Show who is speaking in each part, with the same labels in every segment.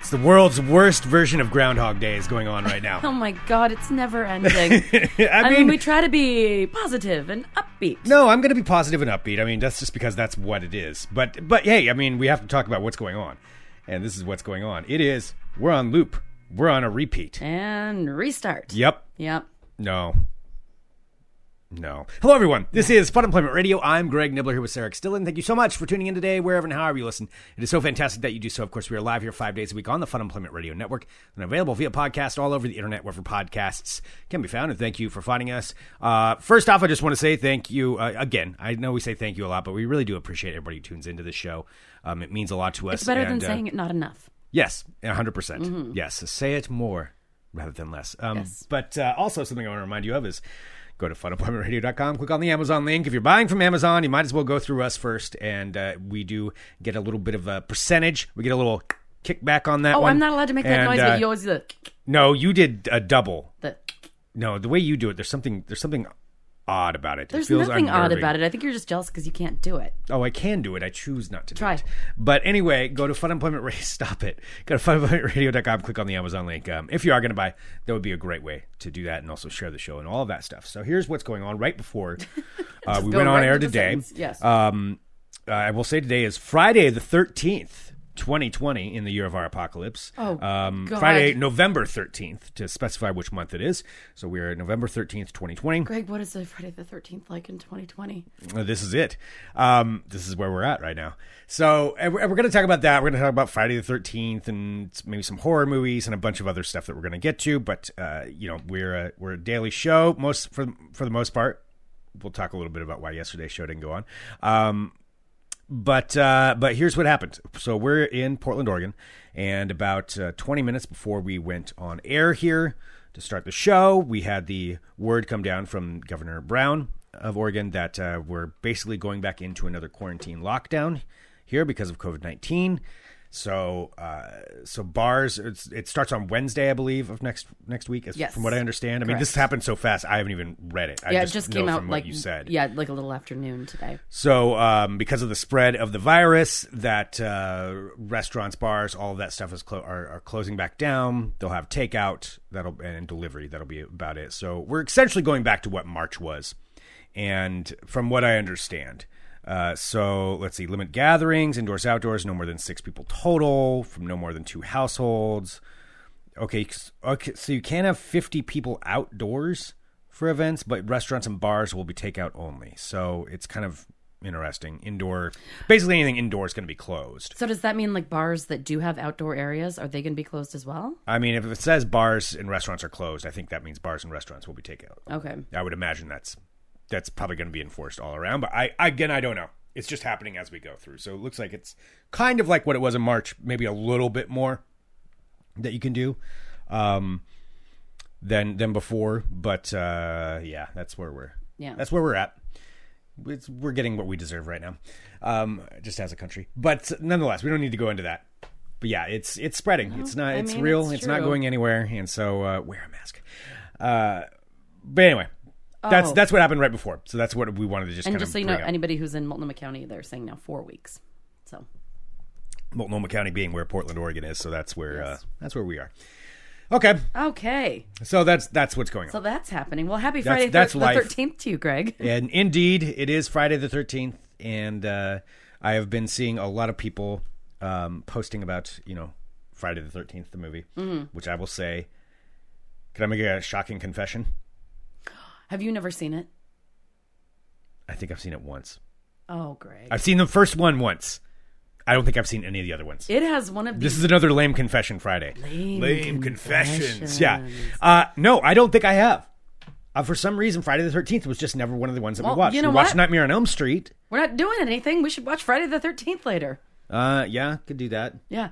Speaker 1: It's the world's worst version of Groundhog Day is going on right
Speaker 2: Oh
Speaker 1: now.
Speaker 2: my god, it's never ending.
Speaker 1: I,
Speaker 2: I
Speaker 1: mean,
Speaker 2: mean, we try to be positive and upbeat.
Speaker 1: no, I'm going to be positive and upbeat. I mean, that's just because that's what it is. But but hey, I mean, we have to talk about what's going on, and this is what's going on. It is we're on loop. We're on a repeat.
Speaker 2: And restart.
Speaker 1: Yep.
Speaker 2: Yep.
Speaker 1: No. No. Hello, everyone. This is Fun Employment Radio. I'm Greg Nibbler here with Sarah Stillen. Thank you so much for tuning in today, wherever and however you listen. It is so fantastic that you do so. Of course, we are live here five days a week on the Fun Employment Radio Network and available via podcast all over the internet, wherever podcasts can be found. And thank you for finding us. Uh, first off, I just want to say thank you uh, again. I know we say thank you a lot, but we really do appreciate everybody who tunes into this show. Um, it means a lot to us.
Speaker 2: It's better
Speaker 1: and,
Speaker 2: than
Speaker 1: uh,
Speaker 2: saying it not enough.
Speaker 1: Yes, 100%. percent
Speaker 2: Mm-hmm.
Speaker 1: Yes, say it more rather than less. Um, But uh, also, something I want to remind you of is go to funemploymentradio.com, click on the Amazon link. If you're buying from Amazon, you might as well go through us first. And uh, we do get a little bit of a percentage. We get a little kickback on that
Speaker 2: Oh,
Speaker 1: one.
Speaker 2: I'm not allowed to make that
Speaker 1: And,
Speaker 2: noise,
Speaker 1: uh,
Speaker 2: but you always the
Speaker 1: No, you did a double.
Speaker 2: the.
Speaker 1: No, the way you do it, there's something there's something odd about it.
Speaker 2: There's
Speaker 1: it feels
Speaker 2: nothing odd
Speaker 1: unnerving.
Speaker 2: about it. I think you're just jealous because you can't do it.
Speaker 1: Oh, I can do it. I choose not to do
Speaker 2: Try.
Speaker 1: it. But anyway, go to Fun Employment Radio. Stop it. Go to funemploymentradio.com. Click on the Amazon link. Um, if you are going to buy, that would be a great way to do that and also share the show and all of that stuff. So here's what's going on right before uh, we
Speaker 2: Go
Speaker 1: went on
Speaker 2: right
Speaker 1: air
Speaker 2: into the
Speaker 1: today.
Speaker 2: sentence. Yes.
Speaker 1: Um, uh, I will say today is Friday the 13th, 2020, in the year of our apocalypse.
Speaker 2: Oh,
Speaker 1: um,
Speaker 2: God.
Speaker 1: Friday, November 13th, to specify which month it is. So we are at November 13th, 2020.
Speaker 2: Greg, what is the Friday the 13th like in 2020?
Speaker 1: Uh, This is it. Um, this is where we're at right now. So, and we're, going to talk about that. We're going to talk about Friday the 13th and maybe some horror movies and a bunch of other stuff that we're going to get to. But, uh, you know, we're a, we're a daily show most for, for the most part. We'll talk a little bit about why yesterday's show didn't go on. Um, but uh, but here's what happened. So we're in Portland, Oregon, and about uh, 20 minutes before we went on air here to start the show, we had the word come down from Governor Brown of Oregon that uh, we're basically going back into another quarantine lockdown here because of COVID 19. So uh, so bars it's, it starts on Wednesday, I believe, of next next week. as-
Speaker 2: Yes.
Speaker 1: from what I understand. I mean, this
Speaker 2: Correct.
Speaker 1: happened so fast. I haven't even read it. I
Speaker 2: yeah,
Speaker 1: just
Speaker 2: it just
Speaker 1: know
Speaker 2: came out
Speaker 1: from
Speaker 2: like
Speaker 1: what you said.
Speaker 2: Yeah, like a little afternoon today.
Speaker 1: So, um, because of the spread of the virus, that uh, restaurants, bars, all of that stuff is clo- are, are closing back down. They'll have takeout that'll and delivery. That'll be about it. So we're essentially going back to what March was, and from what I understand. Uh, so let's see, limit gatherings, indoors, outdoors, no more than six people total, from no more than two households. Okay, s- okay, so you can have 50 people outdoors for events, but restaurants and bars will be takeout only. So it's kind of interesting. Indoor, basically anything indoor is going to be closed.
Speaker 2: So does that mean like bars that do have outdoor areas are they going to be closed as well?
Speaker 1: I mean, if it says bars and restaurants are closed, I think that means bars and restaurants will be takeout.
Speaker 2: Okay.
Speaker 1: I would imagine that's that's probably going to be enforced all around. But I again, I don't know. It's just happening as we go through. So it looks like it's kind of like what it was in March, maybe a little bit more that you can do um, than than before. But uh, yeah, that's where we're
Speaker 2: Yeah.
Speaker 1: that's where we're at. It's, we're getting what we deserve right now, um, just as a country. But nonetheless, we don't need to go into that. But yeah, it's it's spreading. it's not.
Speaker 2: I
Speaker 1: It's
Speaker 2: mean,
Speaker 1: real.
Speaker 2: it's
Speaker 1: It's not
Speaker 2: true.
Speaker 1: going anywhere. And so uh, wear a mask. Uh, but anyway, that's
Speaker 2: Oh.
Speaker 1: that's what happened right before. So that's what we wanted to just
Speaker 2: And
Speaker 1: kind
Speaker 2: just
Speaker 1: of
Speaker 2: so you know,
Speaker 1: bring up.
Speaker 2: anybody who's in Multnomah County, they're saying now four weeks. So
Speaker 1: Multnomah County being where Portland, Oregon is, so that's where uh,
Speaker 2: Yes.
Speaker 1: that's where we are. Okay,
Speaker 2: okay,
Speaker 1: so that's that's what's going on.
Speaker 2: so that's happening. Well, happy Friday
Speaker 1: that's
Speaker 2: thir-
Speaker 1: life.
Speaker 2: the thirteenth to you, Greg.
Speaker 1: And indeed, it is Friday the 13th, and uh, I have been seeing a lot of people um, posting about, you know, Friday the 13th, the movie,
Speaker 2: Mm-hmm.
Speaker 1: which I will say, can I make a shocking confession?
Speaker 2: Have you never seen it?
Speaker 1: I think I've seen it once.
Speaker 2: Oh, Greg,
Speaker 1: I've seen the first one once. I don't think I've seen any of the other ones.
Speaker 2: it has one of the
Speaker 1: This is another lame confession Friday.
Speaker 2: Lame confessions.
Speaker 1: Yeah. Uh, no, I don't think I have. Uh, for some reason, Friday the 13th was just never one of the ones that
Speaker 2: Well,
Speaker 1: we watched.
Speaker 2: you know
Speaker 1: we watched
Speaker 2: what?
Speaker 1: Nightmare on Elm Street.
Speaker 2: We're not doing anything. We should watch Friday the Thirteenth later.
Speaker 1: Uh, yeah, could do that.
Speaker 2: Yeah,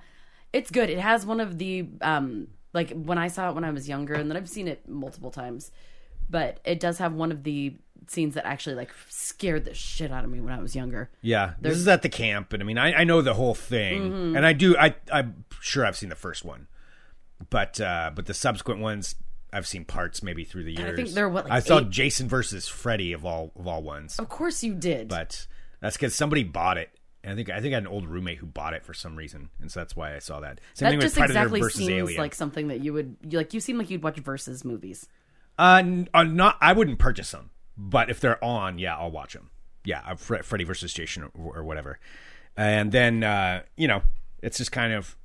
Speaker 2: it's good. It has one of the um like when I saw it when I was younger, and then I've seen it multiple times, but it does have one of the scenes that actually like scared the shit out of me when I was younger.
Speaker 1: Yeah, this is at the camp, and I mean, I, I know the whole thing,
Speaker 2: Mm-hmm.
Speaker 1: and I do. I I'm sure I've seen the first one, but uh, but the subsequent ones, I've seen parts maybe through the years.
Speaker 2: I think they're, what, like,
Speaker 1: I saw
Speaker 2: eight-
Speaker 1: Jason versus Freddy of all of all ones,
Speaker 2: Of course you did.
Speaker 1: but that's because somebody bought it And I think I think I had an old roommate who bought it for some reason, and so that's why I saw that. Same
Speaker 2: That
Speaker 1: thing with
Speaker 2: just
Speaker 1: Predator
Speaker 2: exactly
Speaker 1: versus
Speaker 2: seems
Speaker 1: Alien.
Speaker 2: like something that you would you- like. You seem like you'd watch versus movies.
Speaker 1: Uh, n- uh, not I wouldn't purchase them, but if they're on, yeah, I'll watch them. Yeah, uh, Fre- Freddy versus Jason or, or whatever. And then uh, you know, it's just kind of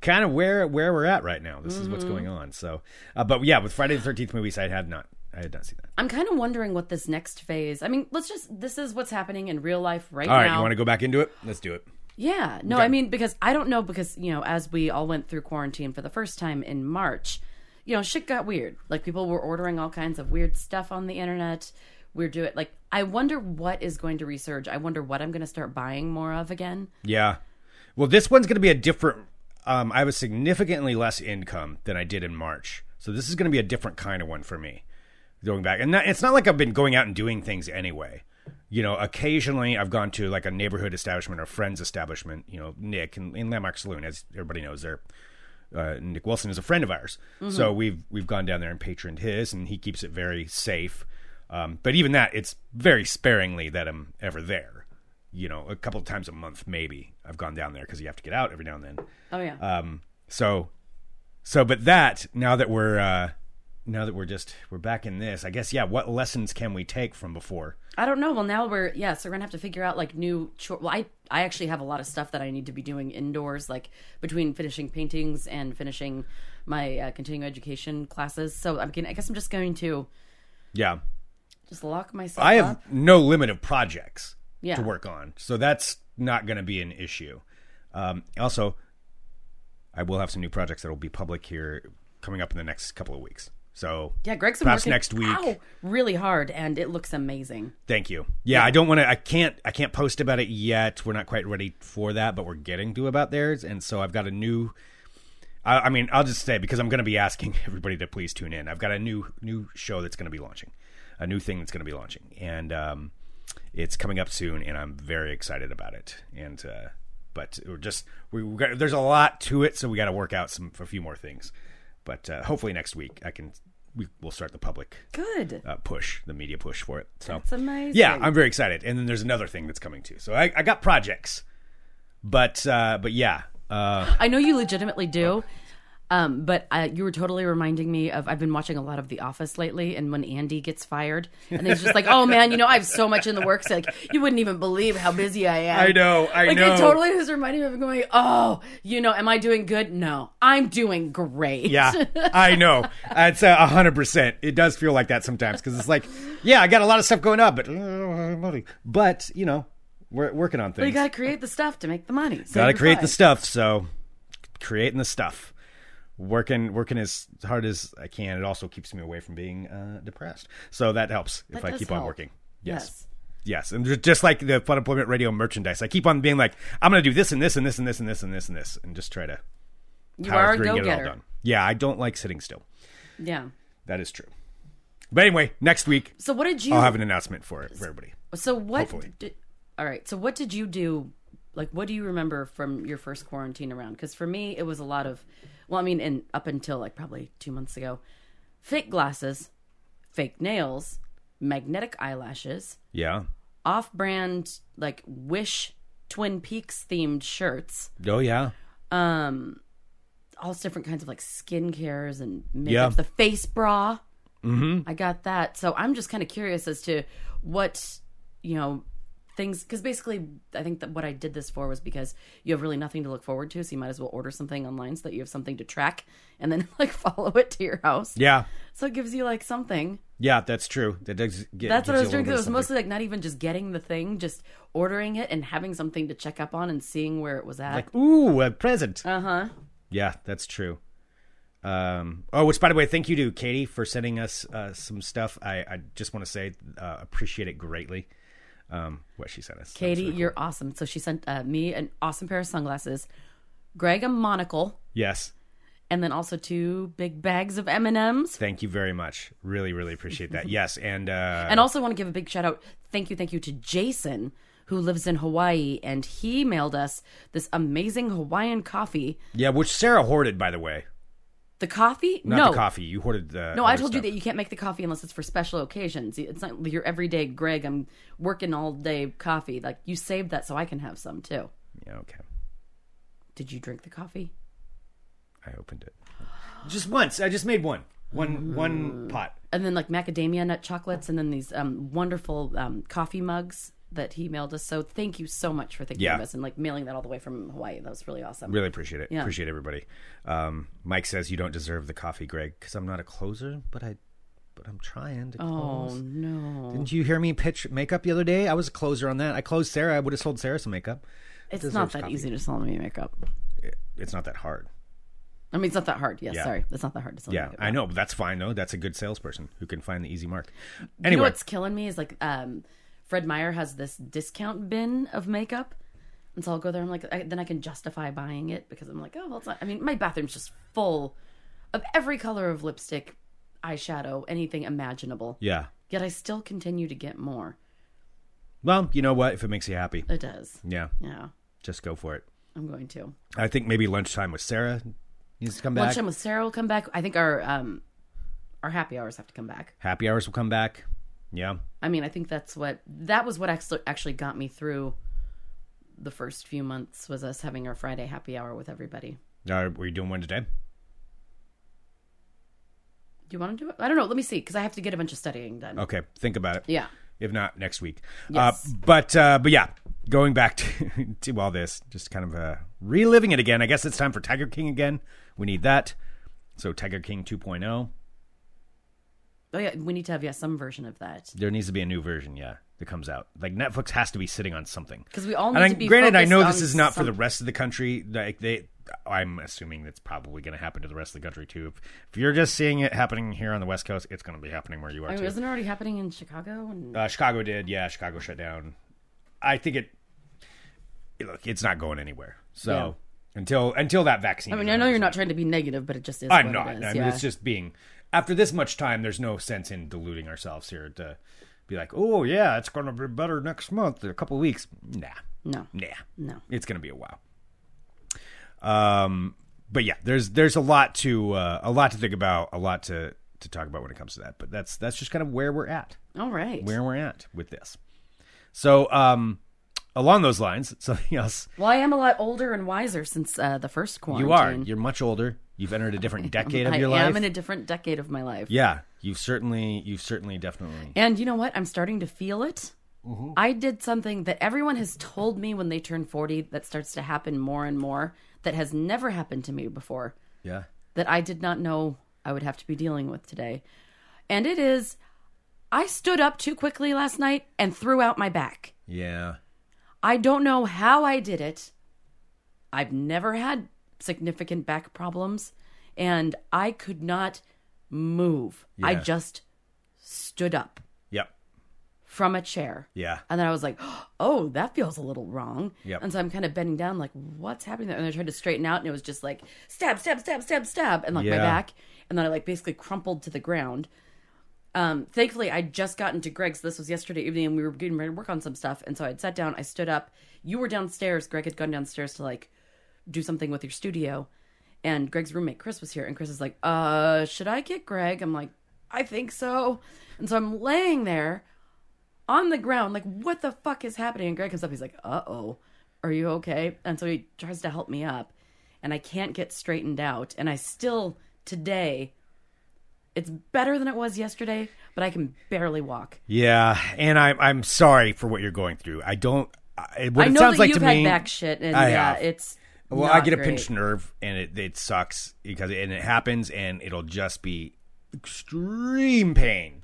Speaker 1: kind of where where we're at right now. This is what's going on. So, uh, but yeah, with Friday the Thirteenth movies, I have not I had not seen that.
Speaker 2: I'm kind of wondering what this next phase. I mean, let's just this is what's happening in real life right
Speaker 1: All right,
Speaker 2: now.
Speaker 1: you want to go back into it? Let's do it.
Speaker 2: Yeah. No, I mean because I don't know because, you know, as we all went through quarantine for the first time in March, you know, shit got weird. Like people were ordering all kinds of weird stuff on the internet. We're doing like I wonder what is going to resurge. I wonder what I'm going to start buying more of again.
Speaker 1: Yeah. Well, this one's going to be a different. Um, I have a significantly less income than I did in March, so this is going to be a different kind of one for me. Going back, and not, it's not like I've been going out and doing things anyway. You know, occasionally I've gone to like a neighborhood establishment or friend's establishment. You know, Nick and in Landmark Saloon, as everybody knows, they're uh, Nick Wilson is a friend of ours, so we've we've gone down there and patroned his, and he keeps it very safe. Um, but even that, it's very sparingly that I'm ever there. You know, a couple of times a month maybe I've gone down there because you have to get out every now and then.
Speaker 2: Oh yeah.
Speaker 1: Um, so, so but that now that we're uh, now that we're just we're back in this, I guess yeah. What lessons can we take from before?
Speaker 2: I don't know. Well, now we're yeah, so we're gonna have to figure out like new. Cho- well, I I actually have a lot of stuff that I need to be doing indoors, like between finishing paintings and finishing my uh, continuing education classes. So I'm gonna. I guess I'm just going to
Speaker 1: Yeah,
Speaker 2: just lock myself.
Speaker 1: I
Speaker 2: up.
Speaker 1: have no limit of projects
Speaker 2: Yeah.
Speaker 1: to work on, so that's not going to be an issue. Um, also, I will have some new projects that will be public here coming up in the next couple of weeks. So
Speaker 2: Yeah, Greg's been
Speaker 1: perhaps
Speaker 2: working
Speaker 1: next week.
Speaker 2: ow, really hard, and it looks amazing.
Speaker 1: Thank you. Yeah, I don't want to. I can't. I can't post about it yet. We're not quite ready for that, but we're getting to about theirs, and so I've got a new. I, I mean, I'll just say because I'm going to be asking everybody to please tune in. I've got a new new show that's going to be launching, a new thing that's going to be launching, and um, it's coming up soon, and I'm very excited about it. And uh, but we're just we we got, there's a lot to it, so we got to work out some a few more things, but uh, hopefully next week I can we will start the public
Speaker 2: Good.
Speaker 1: uh, push, the media push for it. So
Speaker 2: That's amazing.
Speaker 1: Uh, Yeah, I'm very excited. And then there's another thing that's coming too. So I, I got projects, but uh, but yeah, uh,
Speaker 2: I know you legitimately do, um, but uh, you were totally reminding me of I've been watching a lot of The Office lately, and when Andy gets fired, and he's just like, "Oh man, you know I have so much in the works, like you wouldn't even believe how busy I am."
Speaker 1: I know, I
Speaker 2: like,
Speaker 1: know.
Speaker 2: It totally is reminding me of going, "Oh, you know, am I doing good? No, I'm doing great."
Speaker 1: yeah, I know. It's uh, a hundred percent. It does feel like that sometimes because it's like, yeah, I got a lot of stuff going up, but but you know, we're working on
Speaker 2: you
Speaker 1: things.
Speaker 2: got to create the stuff to make the money. So
Speaker 1: Got to
Speaker 2: you're
Speaker 1: create
Speaker 2: fine.
Speaker 1: the stuff. So creating the stuff, working working as hard as I can. It also keeps me away from being uh, depressed. So that helps if
Speaker 2: That
Speaker 1: I
Speaker 2: does
Speaker 1: keep on
Speaker 2: help.
Speaker 1: working. yes.
Speaker 2: Yes.
Speaker 1: Yes, and ju- just like the Fun Employment Radio merchandise, I keep on being like, I'm going to do this and this and this and this and this and this and this, and just try to
Speaker 2: You
Speaker 1: power
Speaker 2: are a
Speaker 1: through and
Speaker 2: go
Speaker 1: get it all
Speaker 2: getter.
Speaker 1: done. Yeah, I don't like sitting still.
Speaker 2: Yeah.
Speaker 1: That is true. But anyway, next week
Speaker 2: So what did you
Speaker 1: I'll have an announcement for it for everybody.
Speaker 2: So what?
Speaker 1: Hopefully.
Speaker 2: Did, all right. So what did you do? Like, what do you remember from your first quarantine around? Because for me, it was a lot of, well, I mean, and up until like probably two months ago, fake glasses, fake nails, magnetic eyelashes,
Speaker 1: Yeah.
Speaker 2: off-brand like Wish Twin Peaks themed shirts,
Speaker 1: Oh yeah.
Speaker 2: um, all different kinds of like skincares and makeup.
Speaker 1: Yeah.
Speaker 2: The face bra. Mm-hmm. I got that. So I'm just kind of curious as to what you know things because basically I think that what I did this for was because you have really nothing to look forward to, so you might as well order something online so that you have something to track and then like follow it to your house.
Speaker 1: Yeah.
Speaker 2: So it gives you like something.
Speaker 1: Yeah, that's true. That does get,
Speaker 2: That's what I was
Speaker 1: gives you a
Speaker 2: doing. 'cause It
Speaker 1: little
Speaker 2: was
Speaker 1: bit of
Speaker 2: mostly like not even just getting the thing, just ordering it and having something to check up on and seeing where it was at.
Speaker 1: something. Ooh, a present.
Speaker 2: uh huh.
Speaker 1: Yeah, that's true. Um, oh, which by the way, thank you to Katie for sending us uh, some stuff. I, I just want to say uh, appreciate it greatly. Um, what she sent us, That was
Speaker 2: Katie,
Speaker 1: really cool.
Speaker 2: you're awesome. So she sent uh, me an awesome pair of sunglasses, Greg a monocle,
Speaker 1: yes,
Speaker 2: and then also two big bags of M and M's.
Speaker 1: thank you very much. Really, really appreciate that. Yes, and uh,
Speaker 2: And also want to give a big shout out, thank you, thank you to Jason who lives in Hawaii, and he mailed us this amazing Hawaiian coffee.
Speaker 1: yeah, which Sarah hoarded by the way.
Speaker 2: The coffee?
Speaker 1: Not
Speaker 2: no.
Speaker 1: the coffee. You hoarded the.
Speaker 2: No, I told you that you can't make the coffee unless it's for special occasions. It's not your everyday Greg, I'm working all day coffee. Like you saved that so I can have some too.
Speaker 1: that. Yeah, okay.
Speaker 2: Did you drink the coffee?
Speaker 1: I opened it. Just once. I just made one. One
Speaker 2: Mm.
Speaker 1: one pot.
Speaker 2: And then like macadamia nut chocolates and then these um, wonderful um, coffee mugs that he mailed us. So thank you so much for thinking
Speaker 1: Yeah.
Speaker 2: of us and like mailing that all the way from Hawaii. That was really awesome.
Speaker 1: Really appreciate it. Appreciate everybody. Um, Mike says you don't deserve the coffee, Greg, because I'm not a closer, but I, but I'm trying to
Speaker 2: Oh
Speaker 1: close.
Speaker 2: no.
Speaker 1: Didn't you hear me pitch makeup the other day? I was a closer on that. I closed Sarah. I would have sold Sarah some makeup.
Speaker 2: It's
Speaker 1: deserves
Speaker 2: not that
Speaker 1: coffee.
Speaker 2: easy to sell me makeup.
Speaker 1: It's not that hard.
Speaker 2: I mean it's not that hard. Yes,
Speaker 1: Yeah.
Speaker 2: sorry. It's not that hard to sell me
Speaker 1: Yeah,
Speaker 2: makeup.
Speaker 1: I know, but that's fine though. That's a good salesperson who can find the easy mark. Anyway,
Speaker 2: You know what's killing me is like um, Fred Meyer has this discount bin of makeup, and so I'll go there. I'm like, I, then I can justify buying it because I'm like, oh well, it's not. I mean, my bathroom's just full of every color of lipstick, eyeshadow, anything imaginable.
Speaker 1: yeah.
Speaker 2: Yet I still continue to get more.
Speaker 1: Well, you know what? If it makes you happy,
Speaker 2: It does.
Speaker 1: yeah,
Speaker 2: Yeah,
Speaker 1: just go for it.
Speaker 2: I'm going to.
Speaker 1: I think maybe lunchtime with Sarah needs to come back.
Speaker 2: Lunchtime with Sarah will come back. I think our um, our happy hours have to come back.
Speaker 1: Happy hours will come back. Yeah,
Speaker 2: I mean, I think that's what that was what actually actually got me through the first few months was us having our Friday happy hour with everybody.
Speaker 1: uh, were you doing one today?
Speaker 2: Do you want to do it? I don't know. Let me see because I have to get a bunch of studying done.
Speaker 1: Okay, think about it.
Speaker 2: Yeah.
Speaker 1: If not, next week.
Speaker 2: Yes.
Speaker 1: Uh, but uh, but yeah, going back to, to all this, just kind of uh, reliving it again. I guess it's time for Tiger King again. We need that. So Tiger King 2.0.
Speaker 2: Oh yeah, we need to have yeah some version of that
Speaker 1: There needs to be a new version, yeah, that comes out. Like Netflix has to be sitting on something.
Speaker 2: because we all need
Speaker 1: And I,
Speaker 2: to be.
Speaker 1: granted, I
Speaker 2: focused
Speaker 1: know this
Speaker 2: on
Speaker 1: is not for
Speaker 2: some-
Speaker 1: the rest of the country. Like they, I'm assuming that's probably going to happen to the rest of the country too. If, if you're just seeing it happening here on the West Coast, it's going to be happening where you are
Speaker 2: I mean,
Speaker 1: too.
Speaker 2: isn't it already happening in Chicago? And
Speaker 1: Uh, Chicago did, yeah. Chicago shut down. I think it. Look, it's not going anywhere. So until until that vaccine,
Speaker 2: I mean, I know you're not trying to be negative, but it just is.
Speaker 1: I'm
Speaker 2: what
Speaker 1: not.
Speaker 2: It is.
Speaker 1: I mean,
Speaker 2: yeah.
Speaker 1: it's just being after this much time. There's no sense in deluding ourselves here to be like, oh yeah, it's going to be better next month, in a couple weeks. Nah,
Speaker 2: no,
Speaker 1: nah,
Speaker 2: no.
Speaker 1: it's going to be a while. Um, but yeah, there's there's a lot to uh, a lot to think about, a lot to to talk about when it comes to that. But that's that's just kind of where we're at
Speaker 2: All right.
Speaker 1: where we're at with this. So, um, along those lines, something else.
Speaker 2: Well, I am a lot older and wiser since uh, the first quarantine.
Speaker 1: You are. You're much older. You've entered a different decade of
Speaker 2: I
Speaker 1: your
Speaker 2: am
Speaker 1: life.
Speaker 2: in a different decade of my life.
Speaker 1: yeah, you've certainly, you've certainly, definitely.
Speaker 2: And you know what? I'm starting to feel it.
Speaker 1: Mm-hmm.
Speaker 2: I did something that everyone has told me when they turn 40 that starts to happen more and more that has never happened to me before
Speaker 1: Yeah,
Speaker 2: that I did not know I would have to be dealing with today. And it is I stood up too quickly last night and threw out my back.
Speaker 1: yeah.
Speaker 2: I don't know how I did it. I've never had significant back problems, and I could not move. I
Speaker 1: Yeah.
Speaker 2: just stood up
Speaker 1: Yep.
Speaker 2: from a chair.
Speaker 1: Yeah.
Speaker 2: And then I was like, oh, that feels a little wrong.
Speaker 1: Yep.
Speaker 2: And so I'm kind of bending down, like, what's happening there? And I tried to straighten out, and it was just like, stab, stab, stab, stab, stab, and like my
Speaker 1: Yeah.
Speaker 2: back. And then I like basically crumpled to the ground. Um, thankfully, I'd just gotten to Greg's. This was yesterday evening, and we were getting ready to work on some stuff. And so I'd sat down, I stood up. You were downstairs. Greg had gone downstairs to like do something with your studio. And Greg's roommate, Chris, was here. And Chris is like, uh, should I get Greg? I'm like, I think so. And so I'm laying there on the ground, like, what the fuck is happening? And Greg comes up, he's like, uh oh, are you okay? And so he tries to help me up, and I can't get straightened out. And I still, today, it's better than it was yesterday, but I can barely walk.
Speaker 1: Yeah. And I'm, I'm sorry for what you're going through. I don't. I, what
Speaker 2: I
Speaker 1: it
Speaker 2: know
Speaker 1: sounds
Speaker 2: that
Speaker 1: like
Speaker 2: you've
Speaker 1: to
Speaker 2: had
Speaker 1: me,
Speaker 2: back shit, and
Speaker 1: I
Speaker 2: yeah,
Speaker 1: have.
Speaker 2: it's.
Speaker 1: Well,
Speaker 2: not
Speaker 1: I get a
Speaker 2: great.
Speaker 1: pinched nerve, and it, it sucks because and it happens, and it'll just be extreme pain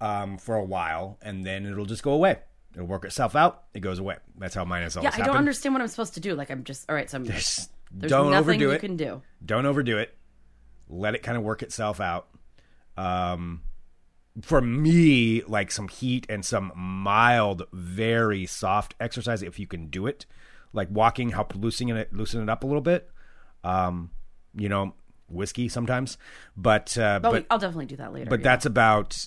Speaker 1: um, for a while, and then it'll just go away. It'll work itself out. It goes away. That's how mine has always
Speaker 2: Yeah, I
Speaker 1: happened.
Speaker 2: don't understand what I'm supposed to do. Like, I'm just. All right, so I'm. There's,
Speaker 1: don't
Speaker 2: nothing
Speaker 1: overdo
Speaker 2: you
Speaker 1: it.
Speaker 2: can do.
Speaker 1: Don't overdo it. Let it kind of work itself out. Um, for me, like some heat and some mild, very soft exercise, if you can do it, like walking, help loosening it, loosen it up a little bit. Um, you know, whiskey sometimes, but uh,
Speaker 2: Oh,
Speaker 1: but
Speaker 2: I'll definitely do that later.
Speaker 1: but that's about.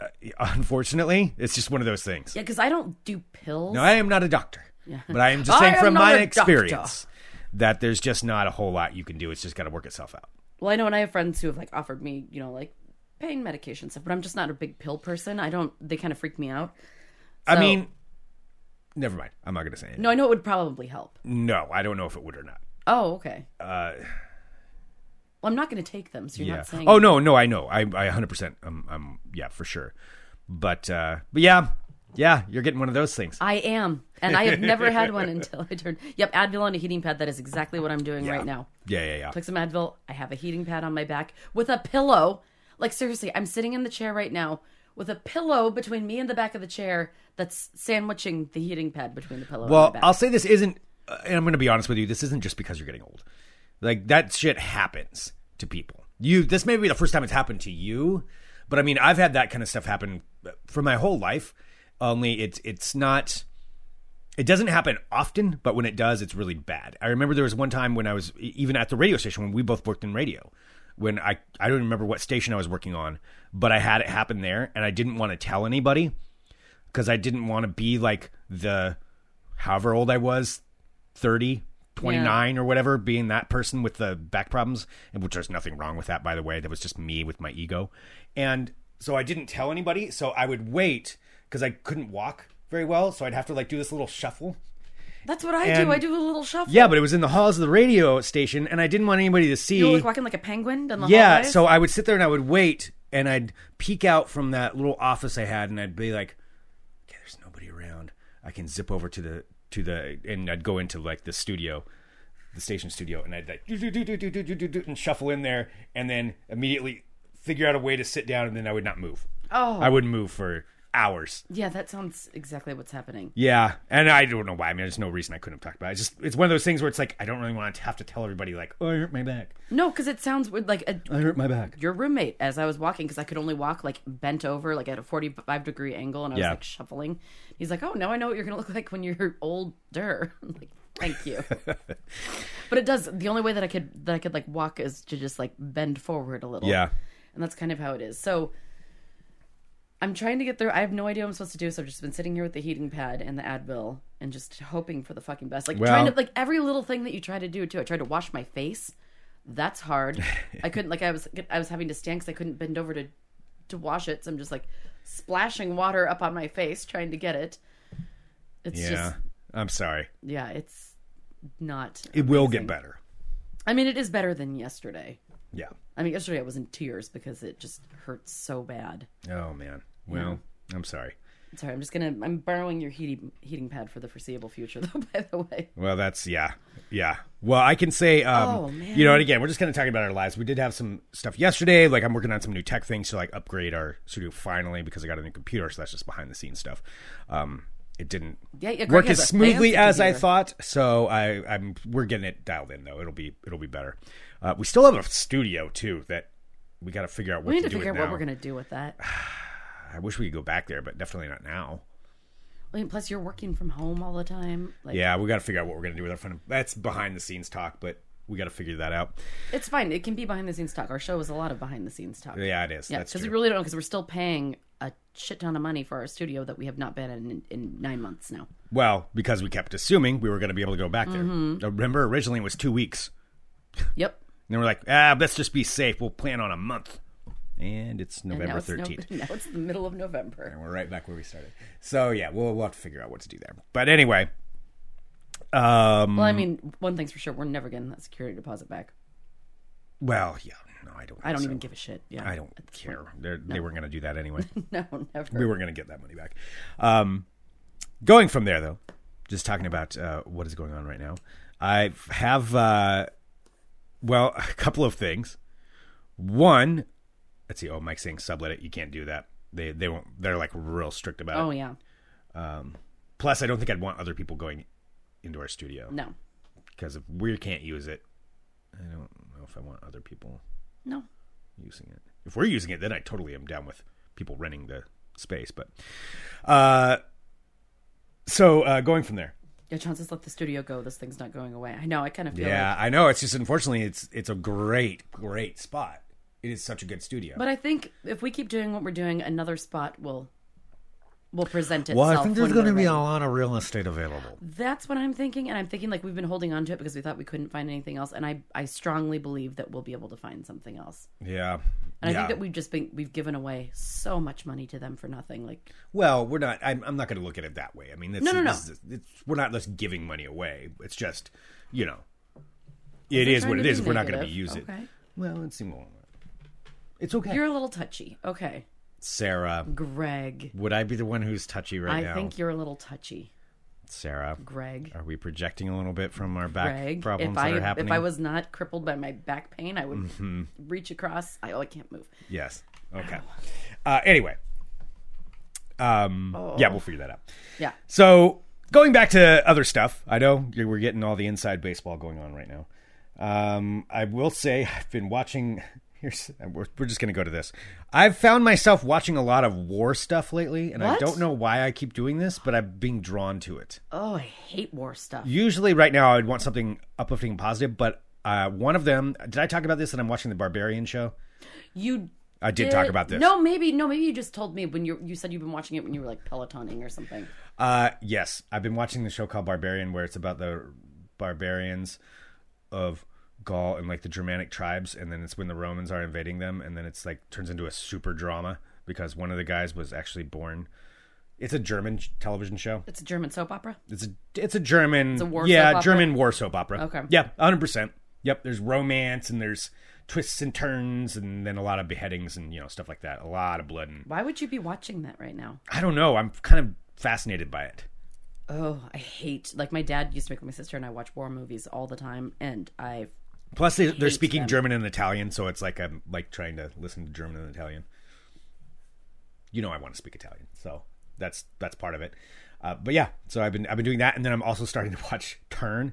Speaker 1: Uh, unfortunately, it's just one of those things.
Speaker 2: Yeah, because I don't do pills.
Speaker 1: No, I am not a doctor, but I am just
Speaker 2: I
Speaker 1: saying
Speaker 2: am
Speaker 1: from
Speaker 2: not
Speaker 1: my
Speaker 2: a doctor.
Speaker 1: experience that there's just not a whole lot you can do. It's just got to work itself out.
Speaker 2: Well, I know, and I have friends who have like offered me, you know, like pain medication stuff, but I'm just not a big pill person. I don't. They kind of freak me out.
Speaker 1: I
Speaker 2: So-
Speaker 1: mean, never mind. I'm not going to say anything.
Speaker 2: No, I know it would probably help.
Speaker 1: No, I don't know if it would or not.
Speaker 2: Oh, okay.
Speaker 1: Uh,
Speaker 2: Well, I'm not going to take them, so you're
Speaker 1: yeah.
Speaker 2: not saying.
Speaker 1: Oh no, no, I know. I, I 100. percent I'm, I'm, yeah, for sure. But, uh, but yeah, yeah, you're getting one of those things.
Speaker 2: I am, and I have never had one until I turned. Yep, Advil on a heating pad. That is exactly what I'm doing
Speaker 1: Yeah.
Speaker 2: right now.
Speaker 1: Yeah, yeah, yeah.
Speaker 2: Took some Advil. I have a heating pad on my back with a pillow. Like seriously, I'm sitting in the chair right now with a pillow between me and the back of the chair that's sandwiching the heating pad between the pillow and
Speaker 1: Well,
Speaker 2: my back.
Speaker 1: I'll say this isn't, uh, and I'm going to be honest with you. This isn't just because you're getting old. Like that shit happens to people. You. This may be the first time it's happened to you, but I mean, I've had that kind of stuff happen uh, for my whole life. Only it's it's not. It doesn't happen often, but when it does, it's really bad. I remember there was one time when I was e- even at the radio station when we both worked in radio. When I I don't remember what station I was working on, but I had it happen there, and I didn't want to tell anybody because I didn't want to be like the however old I was, 30, 29 or whatever, being that person with the back problems, and which there's nothing wrong with that, by the way. That was just me with my ego. And so I didn't tell anybody. So I would wait because I couldn't walk very well. So I'd have to like do this little shuffle.
Speaker 2: that's what I
Speaker 1: and-
Speaker 2: do. I do a little shuffle.
Speaker 1: Yeah, but it was in the halls of the radio station, and I didn't want anybody to see.
Speaker 2: You're like walking like a penguin down the
Speaker 1: Yeah,
Speaker 2: hallways.
Speaker 1: so I would sit there and I would wait and I'd peek out from that little office I had and I'd be like, okay, there's nobody around. I can zip over to the to the and I'd go into like the studio, the station studio, and I'd like do do do do do do do do do and shuffle in there and then immediately figure out a way to sit down and then I would not move.
Speaker 2: Oh.
Speaker 1: I wouldn't move for hours.
Speaker 2: yeah, that sounds exactly what's happening.
Speaker 1: Yeah, and I don't know why. I mean, there's no reason I couldn't have talked about it. It's just it's one of those things where it's like I don't really want to have to tell everybody like, oh, I hurt my back.
Speaker 2: No, because it sounds weird. Like a,
Speaker 1: I hurt my back.
Speaker 2: your roommate, as I was walking, because I could only walk like bent over, like at a forty-five degree angle, and I was
Speaker 1: Yeah.
Speaker 2: like shuffling. He's like, "Oh, now I know what you're gonna look like when you're older." I'm like, thank you. but it does. The only way that I could that I could like walk is to just like bend forward a little.
Speaker 1: Yeah.
Speaker 2: and that's kind of how it is. So. I'm trying to get through. I have no idea what I'm supposed to do, so I've just been sitting here with the heating pad and the Advil and just hoping for the fucking best. Like trying
Speaker 1: Well-
Speaker 2: to like every little thing that you try to do too. I tried to wash my face. That's hard. I couldn't like I was I was having to stand because I couldn't bend over to to wash it. So I'm just like splashing water up on my face trying to get it. It's
Speaker 1: Yeah,
Speaker 2: just
Speaker 1: I'm sorry.
Speaker 2: yeah, it's not.
Speaker 1: It will get better.
Speaker 2: I mean, it is better than yesterday.
Speaker 1: Yeah.
Speaker 2: I mean, yesterday I was in tears because it just hurts so bad.
Speaker 1: Oh man. Well, I'm sorry.
Speaker 2: Sorry, I'm just gonna. I'm borrowing your heating heating pad for the foreseeable future, though. By the way,
Speaker 1: Well, that's yeah, yeah. Well, I can say, um,
Speaker 2: Oh, man.
Speaker 1: you know, and again, we're just kind of talking about our lives. We did have some stuff yesterday. Like I'm working on some new tech things to like upgrade our studio finally because I got a new computer. So that's just behind the scenes stuff. Um, it didn't
Speaker 2: Yeah, yeah, Greg
Speaker 1: work
Speaker 2: has
Speaker 1: as
Speaker 2: a
Speaker 1: smoothly
Speaker 2: fancy
Speaker 1: as I
Speaker 2: computer.
Speaker 1: thought. So I, I'm we're getting it dialed in though. It'll be it'll be better. Uh, we still have a studio too that we got to figure out what
Speaker 2: we need
Speaker 1: to,
Speaker 2: to
Speaker 1: do
Speaker 2: figure out
Speaker 1: with
Speaker 2: what
Speaker 1: now.
Speaker 2: we're gonna do with that.
Speaker 1: I wish we could go back there, but definitely not now.
Speaker 2: I mean, plus you're working from home all the time. Like,
Speaker 1: Yeah, we got to figure out what we're going to do with our friend. That's behind the scenes talk, but we got to figure that out.
Speaker 2: It's fine. It can be behind the scenes talk. Our show is a lot of behind the scenes talk.
Speaker 1: Yeah, it is.
Speaker 2: Yeah,
Speaker 1: That's
Speaker 2: because
Speaker 1: true.
Speaker 2: we really don't. Because we're still paying a shit ton of money for our studio that we have not been in in nine months now.
Speaker 1: well, because we kept assuming we were going to be able to go back there.
Speaker 2: Mm-hmm.
Speaker 1: Uh, Remember, originally it was two weeks.
Speaker 2: Yep.
Speaker 1: And then we're like, ah, let's just be safe. We'll plan on a month. And it's November
Speaker 2: now it's no-
Speaker 1: 13th.
Speaker 2: now it's the middle of November.
Speaker 1: And we're right back where we started. So, yeah, we'll, we'll have to figure out what to do there. But anyway, um,
Speaker 2: Well, I mean, one thing's for sure: we're never getting that security deposit back.
Speaker 1: well, yeah, no, I don't
Speaker 2: I don't
Speaker 1: think
Speaker 2: even
Speaker 1: so.
Speaker 2: give a shit. Yeah,
Speaker 1: I don't care. They're, They weren't going to do that anyway.
Speaker 2: No, never.
Speaker 1: we weren't going to get that money back. Um, going from there, though, just talking about uh, what is going on right now, I have, uh, well, a couple of things. One, let's see. Oh, Mike's saying sublet it. You can't do that. They they won't. They're like real strict about
Speaker 2: oh
Speaker 1: it.
Speaker 2: yeah,
Speaker 1: Plus, I don't think I'd want other people going into our studio
Speaker 2: no,
Speaker 1: because if we can't use it, I don't know if I want other people
Speaker 2: no.
Speaker 1: using it. If we're using it, then I totally am down with people renting the space. But uh, so uh, going from there,
Speaker 2: Yeah, chances let the studio go. This thing's not going away. I know. I kind of feel
Speaker 1: yeah,
Speaker 2: like,
Speaker 1: I know. It's just unfortunately, it's it's a great great spot. It is such a good studio.
Speaker 2: but I think if we keep doing what we're doing, another spot will will present itself.
Speaker 3: Well, I think there's
Speaker 2: when
Speaker 3: going to
Speaker 2: we're
Speaker 3: be a
Speaker 2: ready.
Speaker 3: lot of real estate available.
Speaker 2: That's what I'm thinking, and I'm thinking like we've been holding on to it because we thought we couldn't find anything else, and I I strongly believe that we'll be able to find something else.
Speaker 1: Yeah. yeah.
Speaker 2: And I think that we've just been we've given away so much money to them for nothing. Like
Speaker 1: well, we're not. I'm, I'm not going to look at it that way. I mean, it's,
Speaker 2: No, no, no.
Speaker 1: this is- it's- we're not just giving money away. It's just, you know, it is what it is. We're not going to be use it.
Speaker 2: Okay.
Speaker 1: Well, it's It's okay.
Speaker 2: You're a little touchy. Okay,
Speaker 1: Sarah,
Speaker 2: Greg.
Speaker 1: would I be the one who's touchy right
Speaker 2: I
Speaker 1: now?
Speaker 2: think you're a little touchy,
Speaker 1: Sarah,
Speaker 2: Greg.
Speaker 1: are we projecting a little bit from our back
Speaker 2: Greg.
Speaker 1: problems
Speaker 2: if
Speaker 1: that
Speaker 2: I
Speaker 1: are happening? Mm-hmm.
Speaker 2: if I was not crippled by my back pain, I would reach across. I, oh, I can't move.
Speaker 1: Yes. Okay. Uh, anyway. Um,
Speaker 2: Oh.
Speaker 1: Yeah, we'll figure that out.
Speaker 2: Yeah.
Speaker 1: So going back to other stuff, I know you- we're getting all the inside baseball going on right now. Um, I will say I've been watching. Here's we're, we're just gonna go to this. I've found myself watching a lot of war stuff lately, and I
Speaker 2: What?
Speaker 1: don't know why I keep doing this, but I'm being drawn to it.
Speaker 2: Oh, I hate war stuff.
Speaker 1: Usually, right now, I'd want something uplifting and positive, but uh, one of them. Did I talk about this? That I'm watching the Barbarian show.
Speaker 2: You.
Speaker 1: I did talk about this.
Speaker 2: No, maybe no, maybe you just told me when you you said you've been watching it when you were like pelotoning or something.
Speaker 1: Uh, yes, I've been watching the show called Barbarian, where it's about the barbarians of Gaul and like the Germanic tribes, and then it's when the Romans are invading them, and then it's like turns into a super drama because one of the guys was actually born. It's a German sh- television show.
Speaker 2: It's a German soap opera.
Speaker 1: It's a it's a German. It's
Speaker 2: a war
Speaker 1: yeah,
Speaker 2: soap opera?
Speaker 1: German war soap opera.
Speaker 2: Okay.
Speaker 1: Yeah, hundred percent. Yep. There's romance and there's twists and turns, and then a lot of beheadings and you know stuff like that. A lot of blood and
Speaker 2: Why would you be watching that right now?
Speaker 1: I don't know. I'm kind of fascinated by it.
Speaker 2: Oh, I hate. Like my dad used to make my sister and I watch war movies all the time, and I
Speaker 1: Plus, they, they're speaking
Speaker 2: them.
Speaker 1: German and Italian, so it's like I'm like trying to listen to German and Italian. You know, I want to speak Italian, so that's that's part of it. Uh, but yeah, so I've been I've been doing that, and then I'm also starting to watch Turn,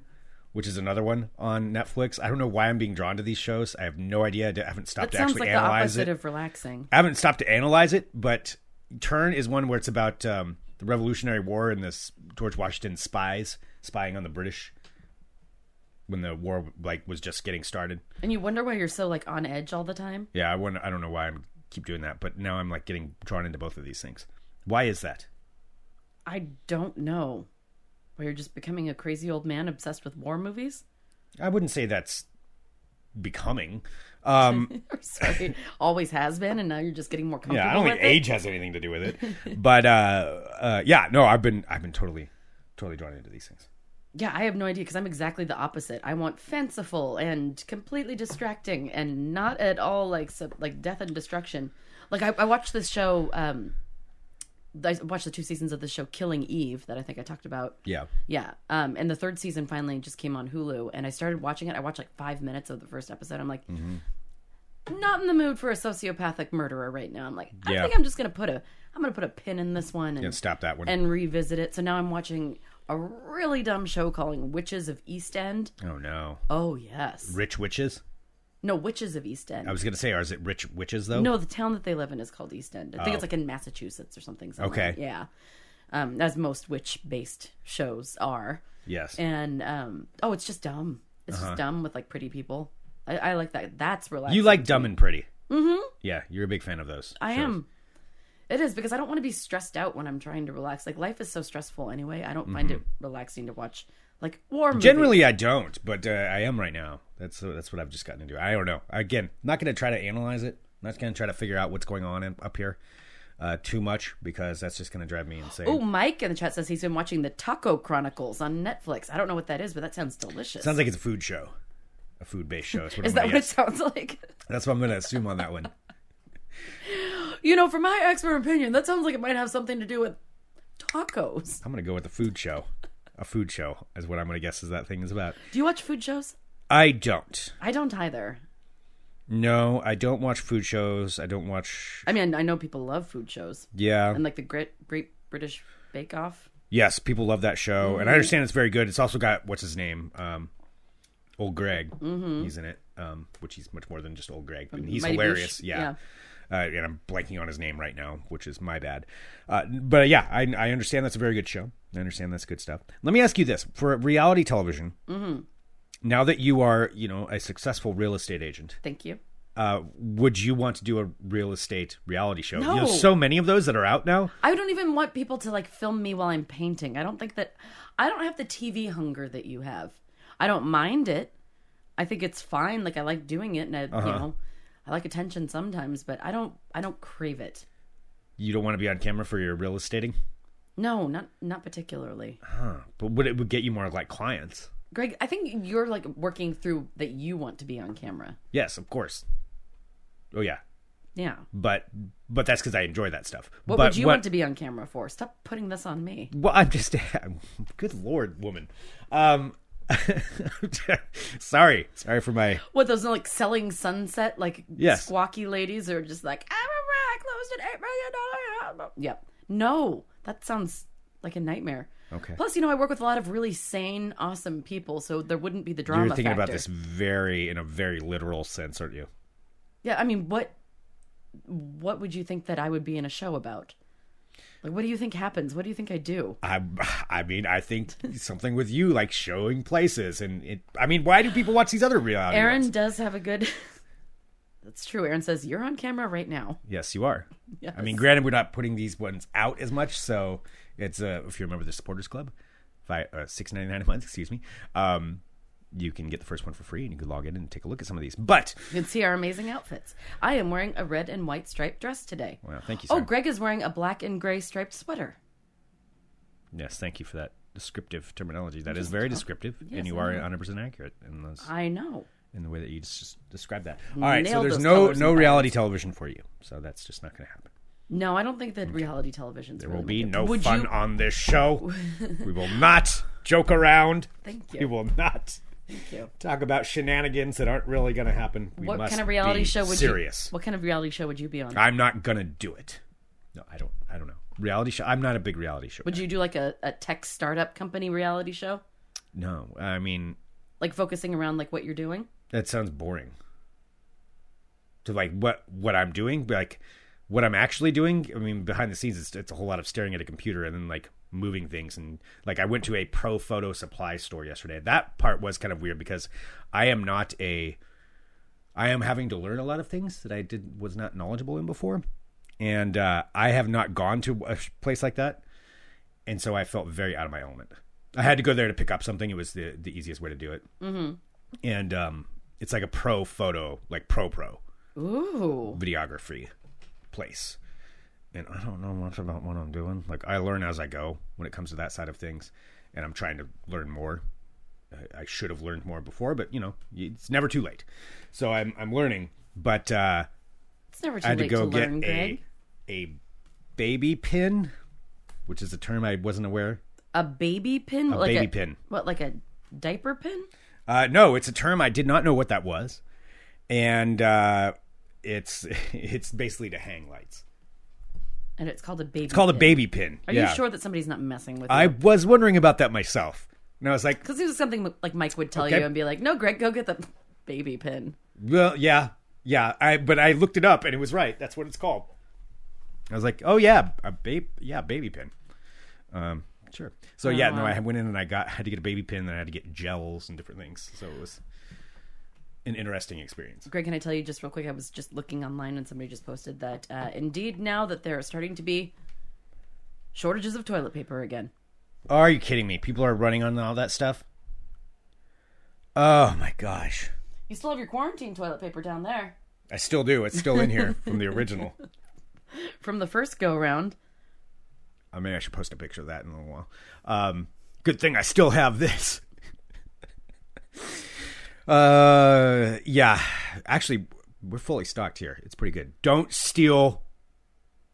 Speaker 1: which is another one on Netflix. I don't know why I'm being drawn to these shows. I have no idea. I d- I haven't stopped to
Speaker 2: that sounds
Speaker 1: actually
Speaker 2: like the
Speaker 1: analyze
Speaker 2: opposite
Speaker 1: it.
Speaker 2: of relaxing.
Speaker 1: I haven't stopped to analyze it, but Turn is one where it's about um, the Revolutionary War and this George Washington spies spying on the British when the war like was just getting started.
Speaker 2: And you wonder why you're so like on edge all the time.
Speaker 1: Yeah, I wonder, I don't know why I'm keep doing that, but now I'm like getting drawn into both of these things. Why is that?
Speaker 2: I don't know. Why you're just becoming a crazy old man obsessed with war movies?
Speaker 1: I wouldn't say that's becoming. Um,
Speaker 2: I'm sorry, always has been, and now you're just getting more comfortable.
Speaker 1: yeah, I don't think
Speaker 2: with it.
Speaker 1: age has anything to do with it. But uh, uh, yeah, no, I've been I've been totally totally drawn into these things.
Speaker 2: Yeah, I have no idea because I'm exactly the opposite. I want fanciful and completely distracting and not at all like sub, like death and destruction. Like I, I watched this show. um I watched the two seasons of the show Killing Eve that I think I talked about.
Speaker 1: Yeah,
Speaker 2: Yeah. Um, and the third season finally just came on Hulu, and I started watching it. I watched like five minutes of the first episode. I'm like, not in the mood for a sociopathic murderer right now. I'm like, I
Speaker 1: Mm-hmm. Yeah.
Speaker 2: think I'm just gonna put a, I'm gonna put a pin in this one and
Speaker 1: and stop that one.
Speaker 2: and revisit it. So now I'm watching a really dumb show calling Witches of East End.
Speaker 1: oh no,
Speaker 2: Oh yes,
Speaker 1: rich witches.
Speaker 2: no Witches of East End.
Speaker 1: I was gonna say, or is it rich witches though?
Speaker 2: No, the town that they live in is called East End. I think it's like in Massachusetts or something. somewhere.
Speaker 1: Oh. Okay.
Speaker 2: yeah. Um, as most witch-based shows are.
Speaker 1: Yes.
Speaker 2: and um oh it's just dumb it's just dumb with like pretty people i, I like that that's relaxing
Speaker 1: Uh-huh. you like dumb and pretty. Mm-hmm. Yeah, you're a big fan of those.
Speaker 2: i
Speaker 1: shows.
Speaker 2: am it is because i don't want to be stressed out when i'm trying to relax like life is so stressful anyway i don't find it relaxing to watch like war movies.
Speaker 1: Mm-hmm. Generally, I don't, but uh, I am right now. That's uh, that's what I've just gotten into. I don't know. Again, not going to try to analyze it. Not going to try to figure out what's going on in, up here uh, too much because that's just going to drive me insane.
Speaker 2: oh mike in the chat says he's been watching the taco chronicles on netflix i don't know what that is but that sounds delicious
Speaker 1: Sounds like it's a food show, a food based show. That's what
Speaker 2: is
Speaker 1: I'm
Speaker 2: that
Speaker 1: gonna
Speaker 2: what it
Speaker 1: guess.
Speaker 2: sounds like
Speaker 1: That's what I'm going to assume on that one.
Speaker 2: you know for my expert opinion that sounds like it might have something to do with tacos
Speaker 1: I'm going to go with the food show. A food show is what I'm going to guess is that thing is about.
Speaker 2: do you watch food shows
Speaker 1: I don't.
Speaker 2: i don't either
Speaker 1: No, I don't watch food shows. I don't watch.
Speaker 2: i mean i know people love food shows
Speaker 1: Yeah.
Speaker 2: and like the Great Great British Bake Off.
Speaker 1: Yes, people love that show, and
Speaker 2: Mm-hmm.
Speaker 1: I understand it's very good. It's also got what's his name, um, old Greg. He's in it, um, which he's much more than just old Greg. And he's
Speaker 2: Mm-hmm. Um, Mighty Boosh.
Speaker 1: hilarious. Yeah. Uh, and I'm blanking on his name right now, which is my bad. Uh, but yeah, I, I understand that's a very good show. I understand that's good stuff. Let me ask you this: for
Speaker 2: Mm-hmm.
Speaker 1: reality television, now that you are, you know, a successful real estate agent,
Speaker 2: Thank you.
Speaker 1: uh, would you want to do a real estate reality show?
Speaker 2: No.
Speaker 1: There's so many of those that are out now.
Speaker 2: I don't even want people to like film me while I'm painting. I don't think that I don't have the TV hunger that you have. I don't mind it. I think it's fine. Like I like doing it, and I, you know, I like attention sometimes, but I don't. I don't crave it.
Speaker 1: You don't want to be on camera for your real estating,
Speaker 2: No, not not particularly.
Speaker 1: but would it would get you more like clients?
Speaker 2: Greg, I think you're like working through that you want to be on camera.
Speaker 1: Yes, of course. Oh yeah,
Speaker 2: Yeah.
Speaker 1: but but that's because I enjoy that stuff.
Speaker 2: What
Speaker 1: but
Speaker 2: would you want to be on camera for? Stop putting this on me.
Speaker 1: Well, I'm just. good lord, woman. Um, sorry, sorry for my.
Speaker 2: What those like selling sunset like
Speaker 1: Yes.
Speaker 2: squawky ladies are just like "Ah, I'm a rock closed at eight million dollar. Yep. No, that sounds like a nightmare.
Speaker 1: Okay.
Speaker 2: Plus, you know, I work with a lot of really sane, awesome people, so there wouldn't be the drama.
Speaker 1: You're thinking about
Speaker 2: factor.
Speaker 1: this very in a very literal sense, aren't you?
Speaker 2: Yeah, I mean, what what would you think that I would be in a show about? Like, what do you think happens? What do you think I do?
Speaker 1: I I mean, I think something with you, like showing places, and it, I mean, why do people watch these other reality?
Speaker 2: Aaron
Speaker 1: ones?
Speaker 2: does have a good. That's true. Aaron says you're on camera right now.
Speaker 1: yes, you are.
Speaker 2: Yes.
Speaker 1: I mean, granted, we're not putting these ones out as much, so it's uh, if you remember the supporters club, five uh, six ninety nine a month. Excuse me. Um, you can get the first one for free, and you can log in and take a look at some of these. But
Speaker 2: You can see our amazing outfits. I am wearing a red and white striped dress today.
Speaker 1: Wow, thank you,
Speaker 2: Oh,
Speaker 1: Sam.
Speaker 2: Greg is wearing a black and gray striped sweater.
Speaker 1: yes, thank you for that descriptive terminology. That is very descriptive,
Speaker 2: Yes,
Speaker 1: and you
Speaker 2: I
Speaker 1: are
Speaker 2: know.
Speaker 1: one hundred percent accurate in those
Speaker 2: I know.
Speaker 1: in the way that you just, just described that. All right, so
Speaker 2: Nailed
Speaker 1: there's
Speaker 2: those
Speaker 1: no
Speaker 2: colours
Speaker 1: no
Speaker 2: and
Speaker 1: reality television for you, so that's just not going to happen.
Speaker 2: No, I don't think that reality television's
Speaker 1: There
Speaker 2: really
Speaker 1: will be
Speaker 2: making-
Speaker 1: no
Speaker 2: Would
Speaker 1: fun
Speaker 2: you-
Speaker 1: on this show. we will not joke around.
Speaker 2: Thank
Speaker 1: We
Speaker 2: you.
Speaker 1: will not
Speaker 2: Thank you.
Speaker 1: talk about shenanigans that aren't really going to happen. We
Speaker 2: What
Speaker 1: must
Speaker 2: kind of reality
Speaker 1: be
Speaker 2: show would
Speaker 1: serious.
Speaker 2: you? What kind of reality show would you be on?
Speaker 1: I'm not going to do it. No, I don't. I don't know. Reality show. I'm not a big reality show.
Speaker 2: Would you do like a, a tech startup company reality show,
Speaker 1: no, I mean
Speaker 2: like focusing around like what you're doing?
Speaker 1: That sounds boring. To like what what I'm doing, but, like what I'm actually doing. I mean, behind the scenes, it's, it's a whole lot of staring at a computer and then like moving things. And like I went to a pro photo supply store yesterday. That part was kind of weird because I am not a. I am having to learn a lot of things that I did was not knowledgeable in before, and uh, I have not gone to a sh- place like that, and so I felt very out of my element. I had to go there to pick up something. It was the the easiest way to do it and um, it's like a pro photo, like pro pro
Speaker 2: Ooh,
Speaker 1: videography place. And I don't know much about what I'm doing. Like I learn as I go when it comes to that side of things, and I'm trying to learn more. I, I should have learned more before, but you know, it's never too late. So I'm I'm learning, but uh,
Speaker 2: it's never
Speaker 1: I
Speaker 2: too
Speaker 1: had
Speaker 2: late
Speaker 1: to go
Speaker 2: to
Speaker 1: get
Speaker 2: learn,
Speaker 1: a
Speaker 2: Greg.
Speaker 1: a baby pin, which is a term I wasn't aware.
Speaker 2: A, baby pin, a
Speaker 1: baby pin.
Speaker 2: What, like a diaper pin?
Speaker 1: Uh, no, it's a term I did not know what that was, and uh, it's it's basically to hang lights.
Speaker 2: And it's called a baby.
Speaker 1: It's called a baby pin.
Speaker 2: Are
Speaker 1: yeah.
Speaker 2: you sure that somebody's not messing with
Speaker 1: I
Speaker 2: you?
Speaker 1: was wondering about that myself. And I was like,
Speaker 2: Because this is something like Mike would tell
Speaker 1: Okay.
Speaker 2: you and be like, "No, Greg, go get the baby pin."
Speaker 1: well, yeah, yeah. I but I looked it up and it was right. That's what it's called. I was like, oh yeah, a babe, yeah, baby pin. Um, sure. So yeah,
Speaker 2: Uh-huh.
Speaker 1: no, I went in and I got had to get a baby pin, then I had to get gels and different things. So it was an interesting experience.
Speaker 2: Greg, can I tell you just real quick? I was just looking online and somebody just posted that uh, indeed now that there are starting to be shortages of toilet paper again.
Speaker 1: Are you kidding me? People are running on all that stuff. Oh my gosh.
Speaker 2: You still have your quarantine toilet paper down there
Speaker 1: I still do. It's still in here from the original.
Speaker 2: from the first go round.
Speaker 1: I mean, Uh, I should post a picture of that in a little while. Um, good thing I still have this. uh, yeah, actually, we're fully stocked here. It's pretty good. Don't steal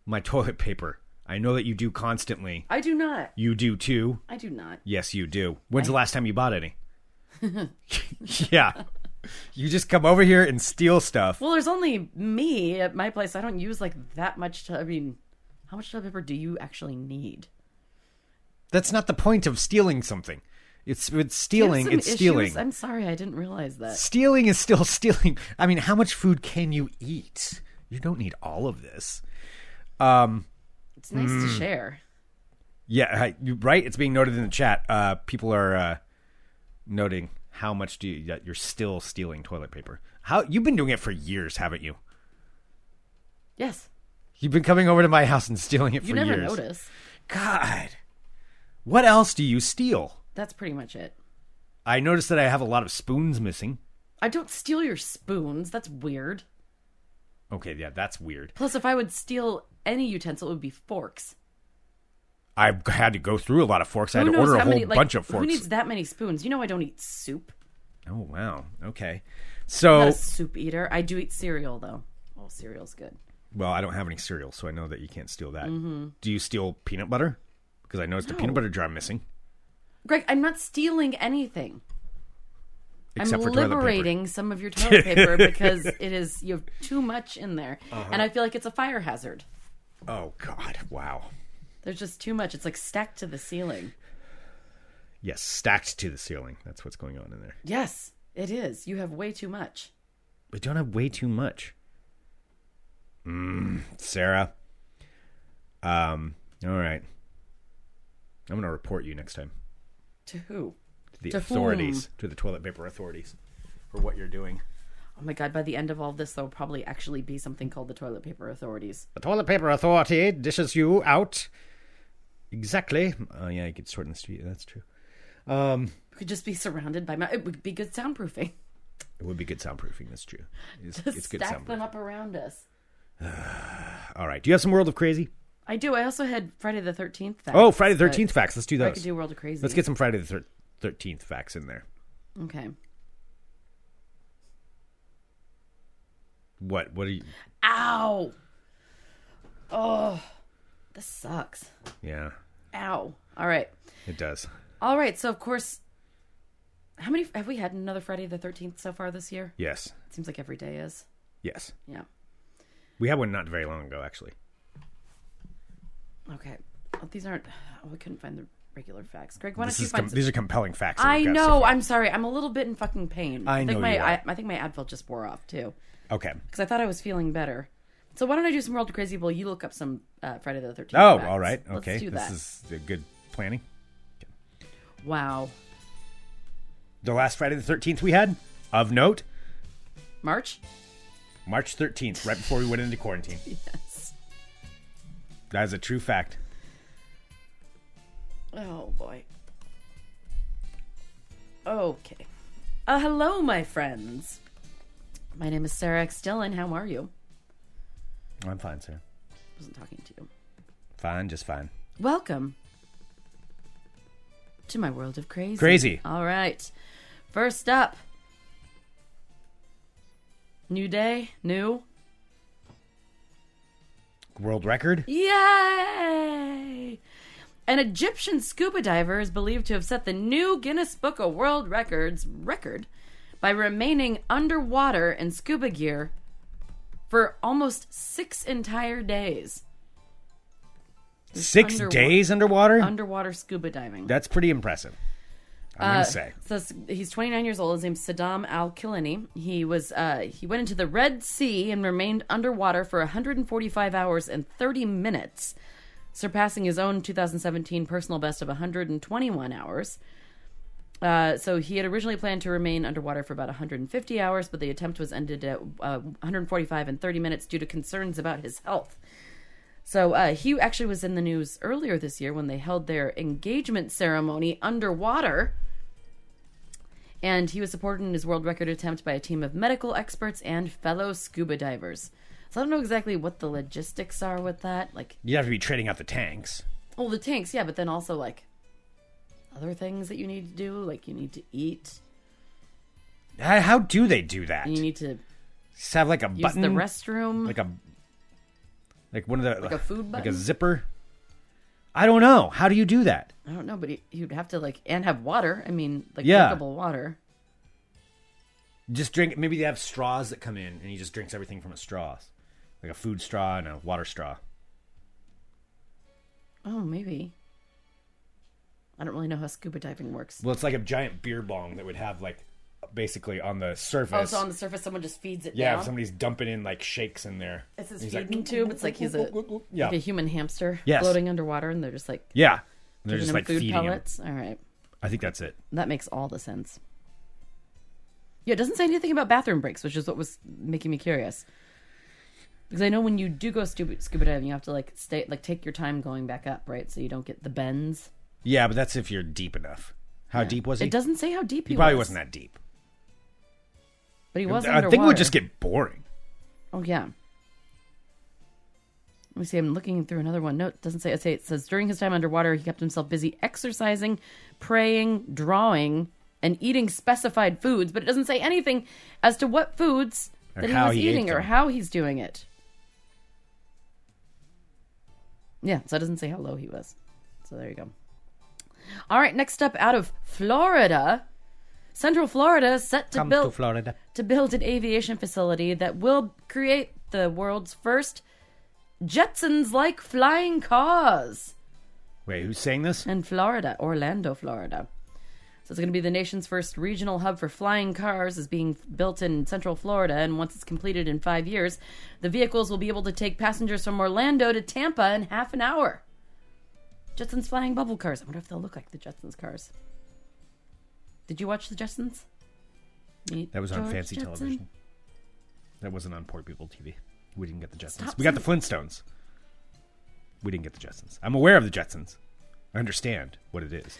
Speaker 1: my toilet paper. I know that you do constantly.
Speaker 2: I do not.
Speaker 1: You do too.
Speaker 2: I do not.
Speaker 1: Yes, you do. When's the last time you bought any? yeah. You just come over here and steal stuff.
Speaker 2: Well, there's only me at my place. I don't use like that much. To, I mean, how much toilet paper do you actually need?
Speaker 1: That's not the point of stealing something. It's it's
Speaker 2: You have
Speaker 1: stealing.
Speaker 2: some
Speaker 1: It's stealing.
Speaker 2: issues. I'm sorry, I didn't realize that.
Speaker 1: stealing is still stealing. I mean, how much food can you eat? You don't need all of this.
Speaker 2: It's nice
Speaker 1: Mm.
Speaker 2: to share.
Speaker 1: Yeah, I- you- right. It's being noted in the chat. Uh, people are uh, noting how much do you that you're still stealing toilet paper? How you've been doing it for years, haven't you?
Speaker 2: Yes.
Speaker 1: You've been coming over to my house and stealing it
Speaker 2: You
Speaker 1: for
Speaker 2: never
Speaker 1: years.
Speaker 2: notice.
Speaker 1: God. What else do you steal?
Speaker 2: That's pretty much it.
Speaker 1: I noticed that I have a lot of spoons missing.
Speaker 2: I don't steal your spoons. That's weird.
Speaker 1: Okay, yeah, that's weird.
Speaker 2: Plus, if I would steal any utensil, it would be forks.
Speaker 1: I had to go through a lot of forks. I
Speaker 2: Who
Speaker 1: had to
Speaker 2: knows
Speaker 1: order a
Speaker 2: how
Speaker 1: whole
Speaker 2: many, like,
Speaker 1: bunch of
Speaker 2: Who
Speaker 1: forks.
Speaker 2: needs that many spoons? You know I don't eat soup.
Speaker 1: oh wow. Okay.
Speaker 2: I'm not
Speaker 1: So
Speaker 2: a soup eater. I do eat cereal though. Oh, cereal's good.
Speaker 1: well, I don't have any cereal, so I know that you can't steal that.
Speaker 2: Mm-hmm.
Speaker 1: Do you steal peanut butter? Because I noticed a peanut butter jar missing,
Speaker 2: Greg, I'm not stealing anything.
Speaker 1: except
Speaker 2: I'm
Speaker 1: for toilet paper.
Speaker 2: liberating some of your toilet paper because it is you have too much in there,
Speaker 1: Uh-huh.
Speaker 2: and I feel like it's a fire hazard.
Speaker 1: Oh God! Wow.
Speaker 2: There's just too much. It's like stacked to the ceiling.
Speaker 1: Yes, stacked to the ceiling. That's what's going on in there.
Speaker 2: Yes, it is. You have way too much.
Speaker 1: We don't have way too much. Mm, Sarah. Um. All right. I'm gonna report you next time.
Speaker 2: To who?
Speaker 1: the
Speaker 2: To
Speaker 1: authorities, to the toilet paper authorities, for what you're doing.
Speaker 2: Oh my god, by the end of all this, there'll probably actually be something called the toilet paper authorities.
Speaker 1: The toilet paper authority dishes you out. Exactly. Oh yeah, you could sort in the street. That's true.
Speaker 2: We could just be surrounded by my. It would be good soundproofing.
Speaker 1: It would be good soundproofing. That's true. It's, it's good
Speaker 2: Stack them
Speaker 1: soundproofing.
Speaker 2: up around us.
Speaker 1: All right. Do you have some World of Crazy?
Speaker 2: I do. I also had Friday the 13th. Facts,
Speaker 1: Oh, Friday the
Speaker 2: but
Speaker 1: Thirteenth facts. Let's do
Speaker 2: I
Speaker 1: those.
Speaker 2: could do World of Crazy.
Speaker 1: Let's get some Friday the Thirteenth facts in there.
Speaker 2: Okay.
Speaker 1: What? What are you?
Speaker 2: Ow. Oh, this sucks.
Speaker 1: Yeah,
Speaker 2: Ow. All right.
Speaker 1: it does.
Speaker 2: All right. So, of course, how many have we had another Friday the 13th so far this year?
Speaker 1: Yes.
Speaker 2: It seems like every day is.
Speaker 1: Yes.
Speaker 2: Yeah.
Speaker 1: We had one not very long ago, actually.
Speaker 2: Okay. Well, these aren't. Oh, I couldn't find the regular facts. Greg, why
Speaker 1: This
Speaker 2: don't you
Speaker 1: is
Speaker 2: find
Speaker 1: com-
Speaker 2: some?
Speaker 1: these are compelling facts. that
Speaker 2: I
Speaker 1: we've got so
Speaker 2: know.
Speaker 1: far.
Speaker 2: I'm sorry. I'm a little bit in fucking pain.
Speaker 1: I
Speaker 2: think
Speaker 1: know
Speaker 2: my
Speaker 1: you are.
Speaker 2: I, I think my Advil just wore off too
Speaker 1: okay.
Speaker 2: because I thought I was feeling better. So why don't I do some World of Crazy Bowl? You look up some uh, Friday the 13th.
Speaker 1: Oh,
Speaker 2: facts.
Speaker 1: all right.
Speaker 2: Let's
Speaker 1: Okay.
Speaker 2: do
Speaker 1: This
Speaker 2: that.
Speaker 1: is a good planning.
Speaker 2: Wow.
Speaker 1: The last Friday the 13th we had, of note,
Speaker 2: March.
Speaker 1: March 13th, right before we went into quarantine.
Speaker 2: Yes.
Speaker 1: That is a true fact.
Speaker 2: Oh boy. Okay. Uh, hello, my friends. My name is Sarah X. Dillon. How are you?
Speaker 1: I'm fine, sir.
Speaker 2: I wasn't talking to you.
Speaker 1: Fine, just fine.
Speaker 2: Welcome to my world of crazy.
Speaker 1: Crazy.
Speaker 2: All right. First up, new day, new.
Speaker 1: World record?
Speaker 2: Yay! An Egyptian scuba diver is believed to have set the new Guinness Book of World Records record by remaining underwater in scuba gear for almost six entire days.
Speaker 1: Six
Speaker 2: underwa-
Speaker 1: days underwater?
Speaker 2: Underwater scuba diving.
Speaker 1: That's pretty impressive. I'm
Speaker 2: Uh,
Speaker 1: going to say.
Speaker 2: So s- he's 29 years old. His name's Saddam Al Kilini. He was uh, he went into the Red Sea and remained underwater for 145 hours and 30 minutes, surpassing his own 2017 personal best of 121 hours. Uh, so he had originally planned to remain underwater for about 150 hours, but the attempt was ended at uh, 145 and 30 minutes due to concerns about his health. So uh, he actually was in the news earlier this year when they held their engagement ceremony underwater and he was supported in his world record attempt by a team of medical experts and fellow scuba divers. So I don't know exactly what the logistics are with that. Like,
Speaker 1: You have to be trading out the tanks.
Speaker 2: well, the tanks, yeah, but then also like other things that you need to do, like you need to eat,
Speaker 1: How, how do they do that?
Speaker 2: and you need to
Speaker 1: Just have like a
Speaker 2: use
Speaker 1: button?
Speaker 2: the restroom.
Speaker 1: Like a. Like one of the.
Speaker 2: Hmm. Like a food
Speaker 1: Like a
Speaker 2: button?
Speaker 1: zipper? I don't know. How do you do that?
Speaker 2: I don't know, but he, he'd have to like and have water. I mean, like
Speaker 1: Yeah.
Speaker 2: drinkable water.
Speaker 1: Just drink. Maybe they have straws that come in, and he just drinks everything from a straw, like a food straw and a water straw.
Speaker 2: Oh, maybe. I don't really know how scuba diving works.
Speaker 1: Well, it's like a giant beer bong that would have like basically on the
Speaker 2: Oh,
Speaker 1: surface.
Speaker 2: so on the surface, someone just feeds it
Speaker 1: yeah, if
Speaker 2: down.
Speaker 1: somebody's dumping in like shakes in there.
Speaker 2: it's his
Speaker 1: He's like-
Speaker 2: feeding tube. It's like he's a
Speaker 1: Yeah,
Speaker 2: like a human hamster
Speaker 1: Yes.
Speaker 2: floating underwater, and they're just like
Speaker 1: yeah. And they're
Speaker 2: giving
Speaker 1: just
Speaker 2: him
Speaker 1: like
Speaker 2: food
Speaker 1: feeding him.
Speaker 2: pellets. All right,
Speaker 1: I think that's it.
Speaker 2: that makes all the sense. Yeah, it doesn't say anything about bathroom breaks, which is what was making me curious. Because I know when you do go scuba, scuba diving, you have to like stay, like take your time going back up, right? So you don't get the bends.
Speaker 1: Yeah, but that's if you're deep enough. How deep was he?
Speaker 2: It doesn't say how deep he,
Speaker 1: he probably
Speaker 2: was,
Speaker 1: wasn't that deep.
Speaker 2: but he was.
Speaker 1: I think it
Speaker 2: underwater.
Speaker 1: would just get boring.
Speaker 2: Oh yeah. Let me see. I'm looking through another one. No, it doesn't say. It say it says during his time underwater, he kept himself busy exercising, praying, drawing, and eating specified foods. But it doesn't say anything as to what foods
Speaker 1: Or
Speaker 2: that he
Speaker 1: how
Speaker 2: was
Speaker 1: he ate
Speaker 2: eating or
Speaker 1: them.
Speaker 2: how he's doing it. Yeah, so it doesn't say how low he was. So there you go. All right, next up out of Florida, Central Florida, is set to build
Speaker 1: Florida.
Speaker 2: to build an aviation facility that will create the world's first Jetsons like flying cars
Speaker 1: Wait, who's saying this?
Speaker 2: in Florida, Orlando, Florida. So it's going to be the nation's first regional hub for flying cars is being built in Central Florida and once it's completed in 5 years, the vehicles will be able to take passengers from Orlando to Tampa in half an hour. Jetsons flying bubble cars. I wonder if they'll look like the Jetsons cars. Did you watch the Jetsons? Meet
Speaker 1: That was on
Speaker 2: George
Speaker 1: fancy
Speaker 2: Jetson.
Speaker 1: television. That wasn't on poor people TV. We didn't get the Jetsons.
Speaker 2: Stop
Speaker 1: we got the Flintstones. We didn't get the Jetsons. I'm aware of the Jetsons. I understand what it is.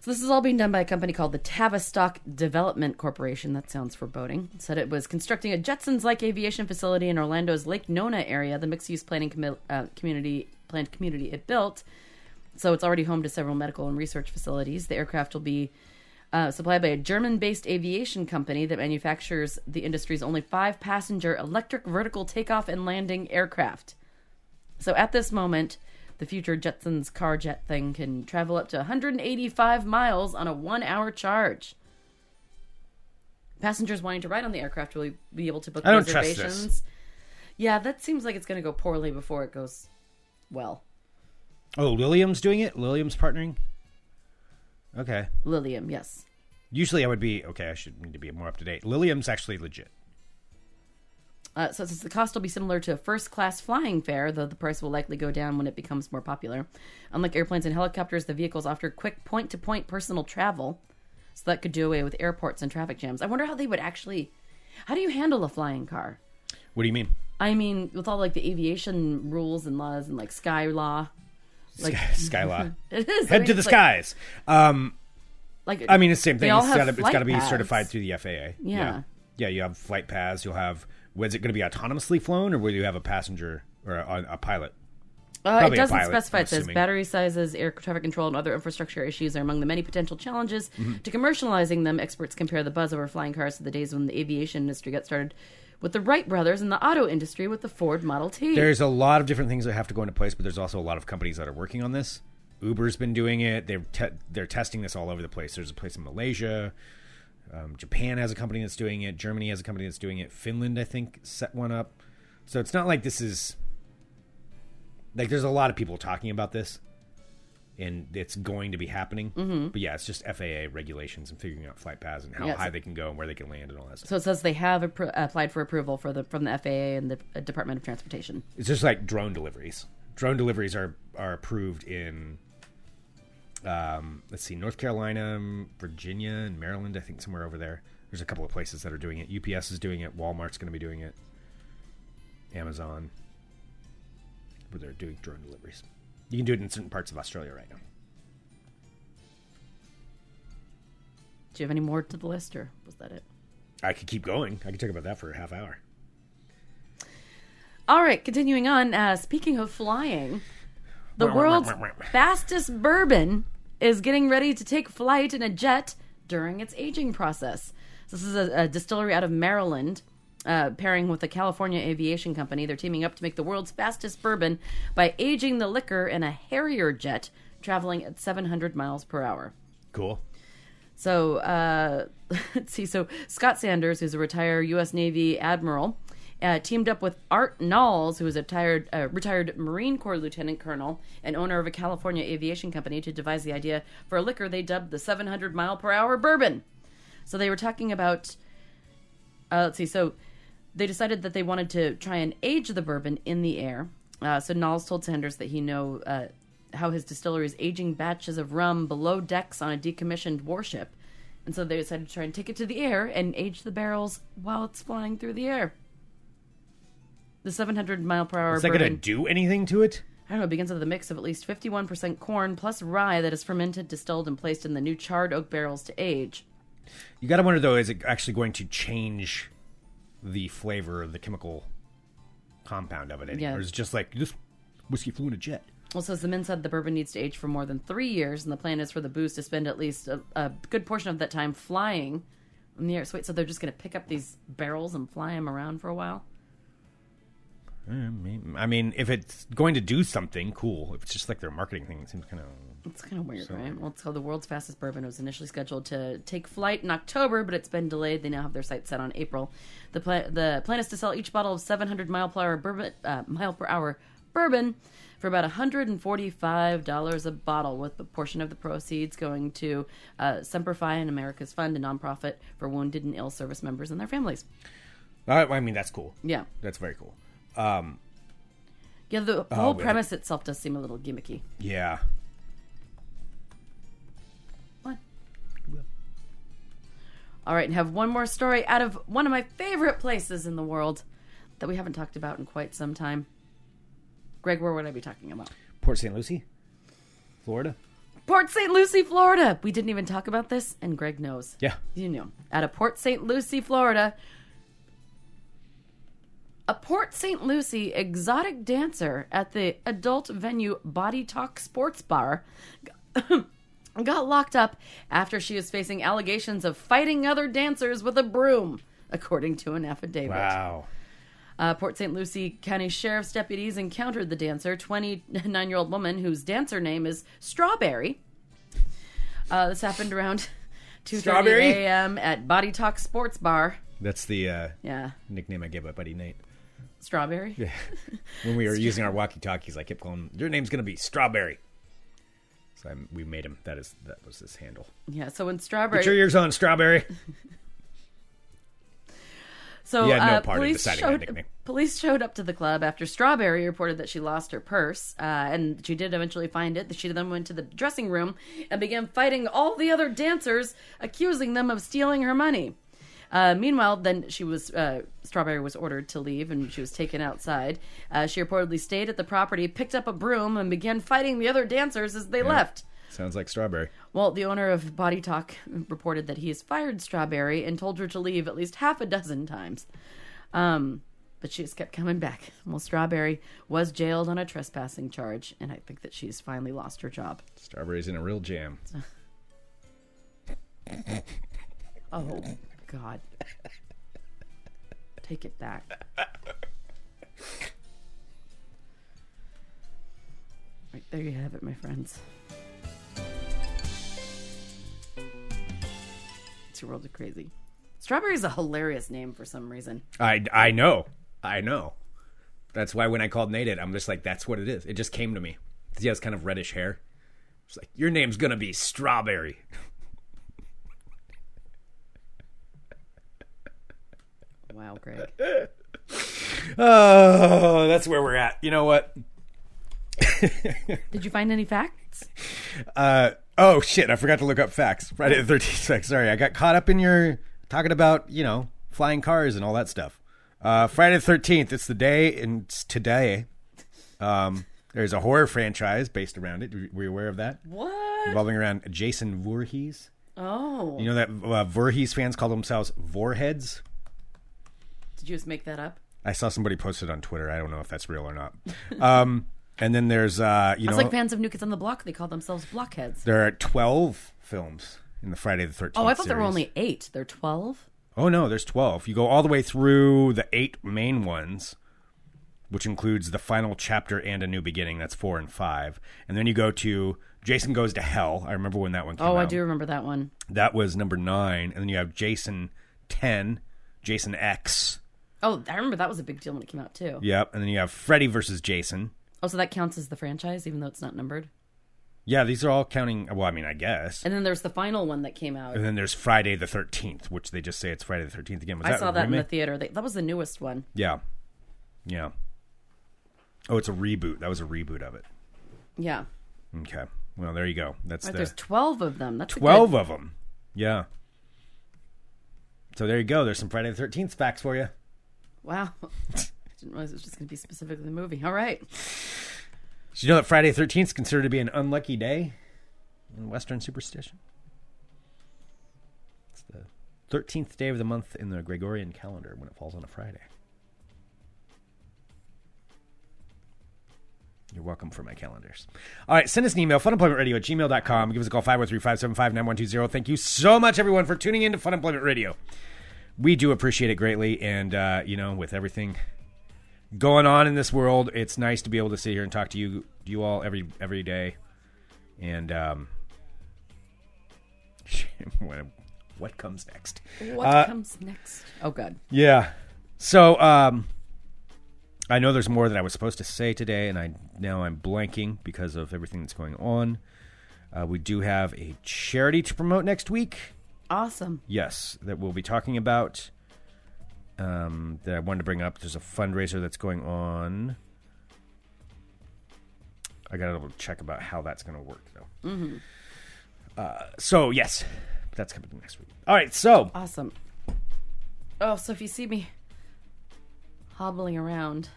Speaker 2: So this is all being done by a company called the Tavistock Development Corporation. That sounds foreboding. It said it was constructing a Jetsons-like aviation facility in Orlando's Lake Nona area, the mixed-use planning commi- uh, community planned community it built. So it's already home to several medical and research facilities. The aircraft will be uh, supplied by a German-based aviation company that manufactures the industry's only five-passenger electric vertical takeoff and landing aircraft. So at this moment, the future Jetsons car jet thing can travel up to 185 miles on a one hour charge. Passengers wanting to ride on the aircraft will be able to book
Speaker 1: I don't trust this.
Speaker 2: reservations. Yeah, that seems like it's going to go poorly before it goes well.
Speaker 1: Oh, Lilliam's doing it? Lilliam's partnering? Okay.
Speaker 2: Lilium, yes.
Speaker 1: Usually I would be okay, I should need to be more up to date. Lilliam's actually legit.
Speaker 2: Uh, so since the cost will be similar to a first-class flying fare, though the price will likely go down when it becomes more popular. Unlike airplanes and helicopters, the vehicles offer quick point-to-point personal travel, so that could do away with airports and traffic jams. I wonder how they would actually. How do you handle a flying car?
Speaker 1: What do you mean?
Speaker 2: I mean, with all like the aviation rules and laws and like sky law, like
Speaker 1: Sky, Skylaw.
Speaker 2: it is I
Speaker 1: Head
Speaker 2: mean,
Speaker 1: to the
Speaker 2: it's like-
Speaker 1: skies. Um,
Speaker 2: Like,
Speaker 1: I mean, it's the same
Speaker 2: They
Speaker 1: thing.
Speaker 2: all
Speaker 1: It's
Speaker 2: have
Speaker 1: got to it's
Speaker 2: flight
Speaker 1: got to be
Speaker 2: paths.
Speaker 1: certified through the FAA.
Speaker 2: Yeah.
Speaker 1: yeah. You have flight paths. You'll have. Was it going to be autonomously flown, or will you have a passenger or a, a pilot?
Speaker 2: Uh, it
Speaker 1: Probably a
Speaker 2: doesn't
Speaker 1: pilot,
Speaker 2: specify.
Speaker 1: I'm
Speaker 2: It says
Speaker 1: assuming.
Speaker 2: battery sizes, air traffic control, and other infrastructure issues are among the many potential challenges
Speaker 1: Mm-hmm.
Speaker 2: to commercializing them. Experts compare the buzz over flying cars to the days when the aviation industry got started with the Wright brothers and the auto industry with the Ford Model T.
Speaker 1: There's a lot of different things that have to go into place, but there's also a lot of companies that are working on this. Uber's been doing it. They're te- they're testing this all over the place. There's a place in Malaysia. Um, Japan has a company that's doing it. Germany has a company that's doing it. Finland, I think, set one up. So it's not like this is like there's a lot of people talking about this, and it's going to be happening. But yeah, it's just FAA regulations and figuring out flight paths and how
Speaker 2: Yeah,
Speaker 1: high
Speaker 2: so-
Speaker 1: they can go and where they can land and all that stuff.
Speaker 2: so it says they have appro- applied for approval for the from the FAA and the uh, Department of Transportation.
Speaker 1: It's just like drone deliveries. Drone deliveries are are approved in um, let's see, North Carolina, Virginia, and Maryland. I think somewhere over there. There's a couple of places that are doing it. UPS is doing it. Walmart's going to be doing it. Amazon, where they're doing drone deliveries. You can do it in certain parts of Australia right now.
Speaker 2: Do you have any more to the list, or was that it?
Speaker 1: I could keep going. I could talk about that for a half hour.
Speaker 2: All right, continuing on. Uh, speaking of flying, the world's fastest bourbon is getting ready to take flight in a jet during its aging process. So this is a, a distillery out of Maryland. Uh, pairing with the California Aviation Company, they're teaming up to make the world's fastest bourbon by aging the liquor in a Harrier jet traveling at 700 miles per hour.
Speaker 1: Cool.
Speaker 2: So uh, let's see. So Scott Sanders, who's a retired U.S. Navy admiral, uh, teamed up with Art Knowles, who is a retired, uh, retired Marine Corps lieutenant colonel and owner of a California aviation company, to devise the idea for a liquor they dubbed the 700 mile per hour bourbon. So they were talking about. Uh, let's see. So they decided that they wanted to try and age the bourbon in the air. Uh, so Knowles told Sanders that he know uh, how his distillery is aging batches of rum below decks on a decommissioned warship And so they decided to try and take it to the air and age the barrels while it's flying through the air. The 700 mile per hour
Speaker 1: Is that going to
Speaker 2: bourbon,
Speaker 1: do anything to it?
Speaker 2: I don't know, begins with a mix of at least 51% corn plus rye that is fermented, distilled, and placed in the new charred oak barrels to age.
Speaker 1: You got to wonder though, is it actually going to change the flavor of the chemical compound of it? Any?
Speaker 2: Yeah.
Speaker 1: Or is it just like this whiskey flew in a jet?
Speaker 2: Also, as the men said, the bourbon needs to age for more than three years, and the plan is for the booze to spend at least a, a good portion of that time flying in the air. So, wait, so they're just going to pick up these barrels and fly them around for a while?
Speaker 1: I mean, I mean, if it's going to do something, cool. If it's just like their marketing thing, it seems kind of.
Speaker 2: It's kind of weird, right? Well, it's called the world's fastest bourbon. It was initially scheduled to take flight in October, but it's been delayed. They now have their sights set on April. The pla- the plan is to sell each bottle of 700 mile per hour bourbon uh, mile per hour bourbon for about 145 dollars a bottle, with a portion of the proceeds going to uh, Semper Fi and America's Fund, a nonprofit for wounded and ill service members and their families.
Speaker 1: I, I mean, that's cool.
Speaker 2: Yeah,
Speaker 1: That's very cool.
Speaker 2: yeah. The whole
Speaker 1: wait.
Speaker 2: premise itself does seem a little gimmicky.
Speaker 1: Yeah.
Speaker 2: What? All right, and have one more story out of one of my favorite places in the world that we haven't talked about in quite some time. Greg, where would I be talking about?
Speaker 1: Port St. Lucie, Florida.
Speaker 2: Port St. Lucie, Florida. We didn't even talk about this, and Greg knows.
Speaker 1: Yeah.
Speaker 2: You knew. Out of Port St. Lucie, Florida. A Port St. Lucie exotic dancer at the adult venue Body Talk Sports Bar got locked up after she was facing allegations of fighting other dancers with a broom, according to an affidavit.
Speaker 1: Wow.
Speaker 2: Uh, Port St. Lucie County Sheriff's deputies encountered the dancer, 29 year old woman whose dancer name is Strawberry. Uh, this happened around 2:30
Speaker 1: Strawberry?
Speaker 2: a.m. at Body Talk Sports Bar.
Speaker 1: That's the uh,
Speaker 2: Yeah,
Speaker 1: nickname I gave my buddy Nate
Speaker 2: Strawberry.
Speaker 1: when we were using our walkie-talkies. I kept calling your name's going to be Strawberry. So I, we made him. That is that was his handle.
Speaker 2: Yeah. So when Strawberry,
Speaker 1: Put your ears on, Strawberry.
Speaker 2: so
Speaker 1: You had no
Speaker 2: uh,
Speaker 1: part in
Speaker 2: police
Speaker 1: deciding that
Speaker 2: showed
Speaker 1: nickname.
Speaker 2: police showed up to the club after Strawberry reported that she lost her purse, uh, and she did eventually find it. She then went to the dressing room and began fighting all the other dancers, accusing them of stealing her money. Uh, meanwhile, then she was uh, Strawberry was ordered to leave, and she was taken outside. Uh, she reportedly stayed at the property, picked up a broom, and began fighting the other dancers as they left.
Speaker 1: Sounds like Strawberry.
Speaker 2: Well, the owner of Body Talk reported that he has fired Strawberry and told her to leave at least half a dozen times. Um, but she just kept coming back. Well, Strawberry was jailed on a trespassing charge, and I think that she's finally lost her job.
Speaker 1: Strawberry's in a real jam.
Speaker 2: Oh, God. Take it back. Right, there you have it, my friends. It's your world of crazy. Strawberry's a hilarious name for some reason.
Speaker 1: I I know. I know. That's why when I called Nate, it, I'm just like, that's what it is. It just came to me. 'Cause He has kind of reddish hair. It's like your name's gonna be Strawberry.
Speaker 2: Wow, Greg.
Speaker 1: Oh, that's where we're at. You know what?
Speaker 2: Did you find any facts?
Speaker 1: Uh, oh shit! I forgot to look up facts. Friday the Thirteenth facts. Sorry, I got caught up in your talking about you know flying cars and all that stuff. Uh, Friday the Thirteenth. It's the day, and it's today. Um, there's a horror franchise based around it. Were you aware of that?
Speaker 2: What?
Speaker 1: Revolving around Jason Voorhees.
Speaker 2: Oh.
Speaker 1: You know that uh, Voorhees fans call themselves Voorheads.
Speaker 2: Did you just make that up?
Speaker 1: I saw somebody post it on Twitter. I don't know if that's real or not. Um, and then there's uh, you know
Speaker 2: It's like fans of New Kids on the Block. They call themselves blockheads.
Speaker 1: there are twelve films in the Friday the Thirteenth.
Speaker 2: Oh, I thought there were only eight. They're 12?
Speaker 1: Oh no, there's 12. You go all the way through the eight main ones, which includes the final chapter and a new beginning. That's 4 and 5. And then you go to Jason Goes to Hell. I remember when that one came
Speaker 2: Oh,
Speaker 1: out.
Speaker 2: I do remember that one.
Speaker 1: That was number 9, and then you have Jason 10, Jason X.
Speaker 2: Oh, I remember that was a big deal when it came out too.
Speaker 1: Yep, and then you have Freddy versus Jason.
Speaker 2: Oh, so that counts as the franchise, even though it's not numbered.
Speaker 1: Yeah, these are all counting, well, I mean, I guess.
Speaker 2: And then there's the final one that came out.
Speaker 1: And then there's Friday the 13th, which they just say it's Friday the 13th again. Was
Speaker 2: I
Speaker 1: that
Speaker 2: saw
Speaker 1: a
Speaker 2: that in the
Speaker 1: remake?
Speaker 2: theater. They, that was the newest one.
Speaker 1: Yeah. Yeah. Oh, it's a reboot. That was a reboot of it.
Speaker 2: Yeah,
Speaker 1: Okay. Well, there you go. That's
Speaker 2: Right,
Speaker 1: the
Speaker 2: there's twelve of them. That's a good-
Speaker 1: twelve of them. Yeah. So there you go. There's some Friday the 13th facts for you.
Speaker 2: Wow. Didn't realize it was just going to be specifically the movie. All right.
Speaker 1: Did you know that Friday the 13th is considered to be an unlucky day in Western superstition? It's the 13th day of the month in the Gregorian calendar when it falls on a Friday. You're welcome for my calendars. All right, send us an email, funemploymentradio at gmail.com. Give us a call, 503 575 9120. Thank you so much, everyone, for tuning in to Fun Employment Radio. We do appreciate it greatly. And, uh, you know, with everything going on in this world, it's nice to be able to sit here and talk to you you all every every day. And um, what- what comes next?
Speaker 2: What
Speaker 1: Uh,
Speaker 2: comes next? Oh, God.
Speaker 1: Yeah. So um I know there's more that I was supposed to say today and I now I'm blanking because of everything that's going on. Uh, we do have a charity to promote next week.
Speaker 2: Awesome.
Speaker 1: Yes, that we'll be talking about um that I wanted to bring up. There's a fundraiser that's going on. I got to double check about how that's going to work though. Mm-hmm. Uh, so yes, that's coming next week. All right, so
Speaker 2: Awesome. Oh, so if you see me hobbling around,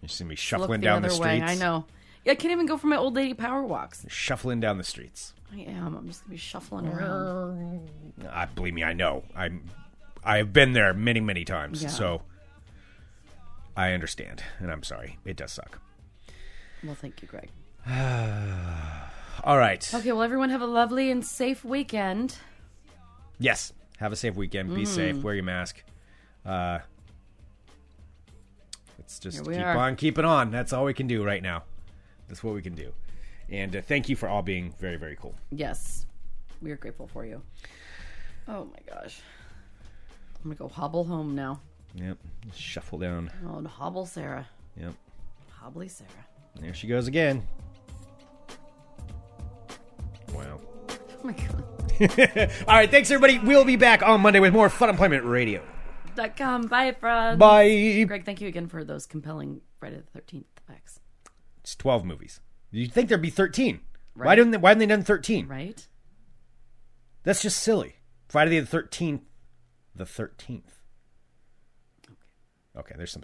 Speaker 1: you see me
Speaker 2: look
Speaker 1: shuffling
Speaker 2: the
Speaker 1: down
Speaker 2: other
Speaker 1: the streets.
Speaker 2: way. I know. Yeah, I can't even go for my old lady power walks.
Speaker 1: shuffling down the streets.
Speaker 2: I am. I'm just going to be shuffling around.
Speaker 1: I Ah, believe me, I know. I'm I have been there many, many times.
Speaker 2: Yeah.
Speaker 1: So I understand, and I'm sorry. It does suck.
Speaker 2: Well, thank you, Greg.
Speaker 1: All right.
Speaker 2: Okay, well, everyone have a lovely and safe weekend.
Speaker 1: Yes. Have a safe weekend. Be safe.
Speaker 2: Mm.
Speaker 1: Wear your mask. Uh Let's just
Speaker 2: Here we
Speaker 1: keep
Speaker 2: are.
Speaker 1: on keeping on. That's all we can do right now. That's what we can do. And uh, thank you for all being very, very cool.
Speaker 2: Yes. We are grateful for you. Oh my gosh. I'm going to go hobble home now.
Speaker 1: Yep. Shuffle down.
Speaker 2: Oh, and hobble Sarah.
Speaker 1: Yep.
Speaker 2: Hobbly Sarah.
Speaker 1: There she goes again. Wow.
Speaker 2: Oh my god.
Speaker 1: All right, thanks everybody. We'll be back on Monday with more Fun Employment Radio.
Speaker 2: Dot com. Bye, friends.
Speaker 1: Bye.
Speaker 2: Greg, thank you again for those compelling Friday the 13th facts.
Speaker 1: It's twelve movies. You'd think there'd be thirteen. Why
Speaker 2: Right.
Speaker 1: didn't they, Why haven't they done thirteen?
Speaker 2: Right?
Speaker 1: That's just silly. Friday the thirteenth, the thirteenth. Okay, there's something.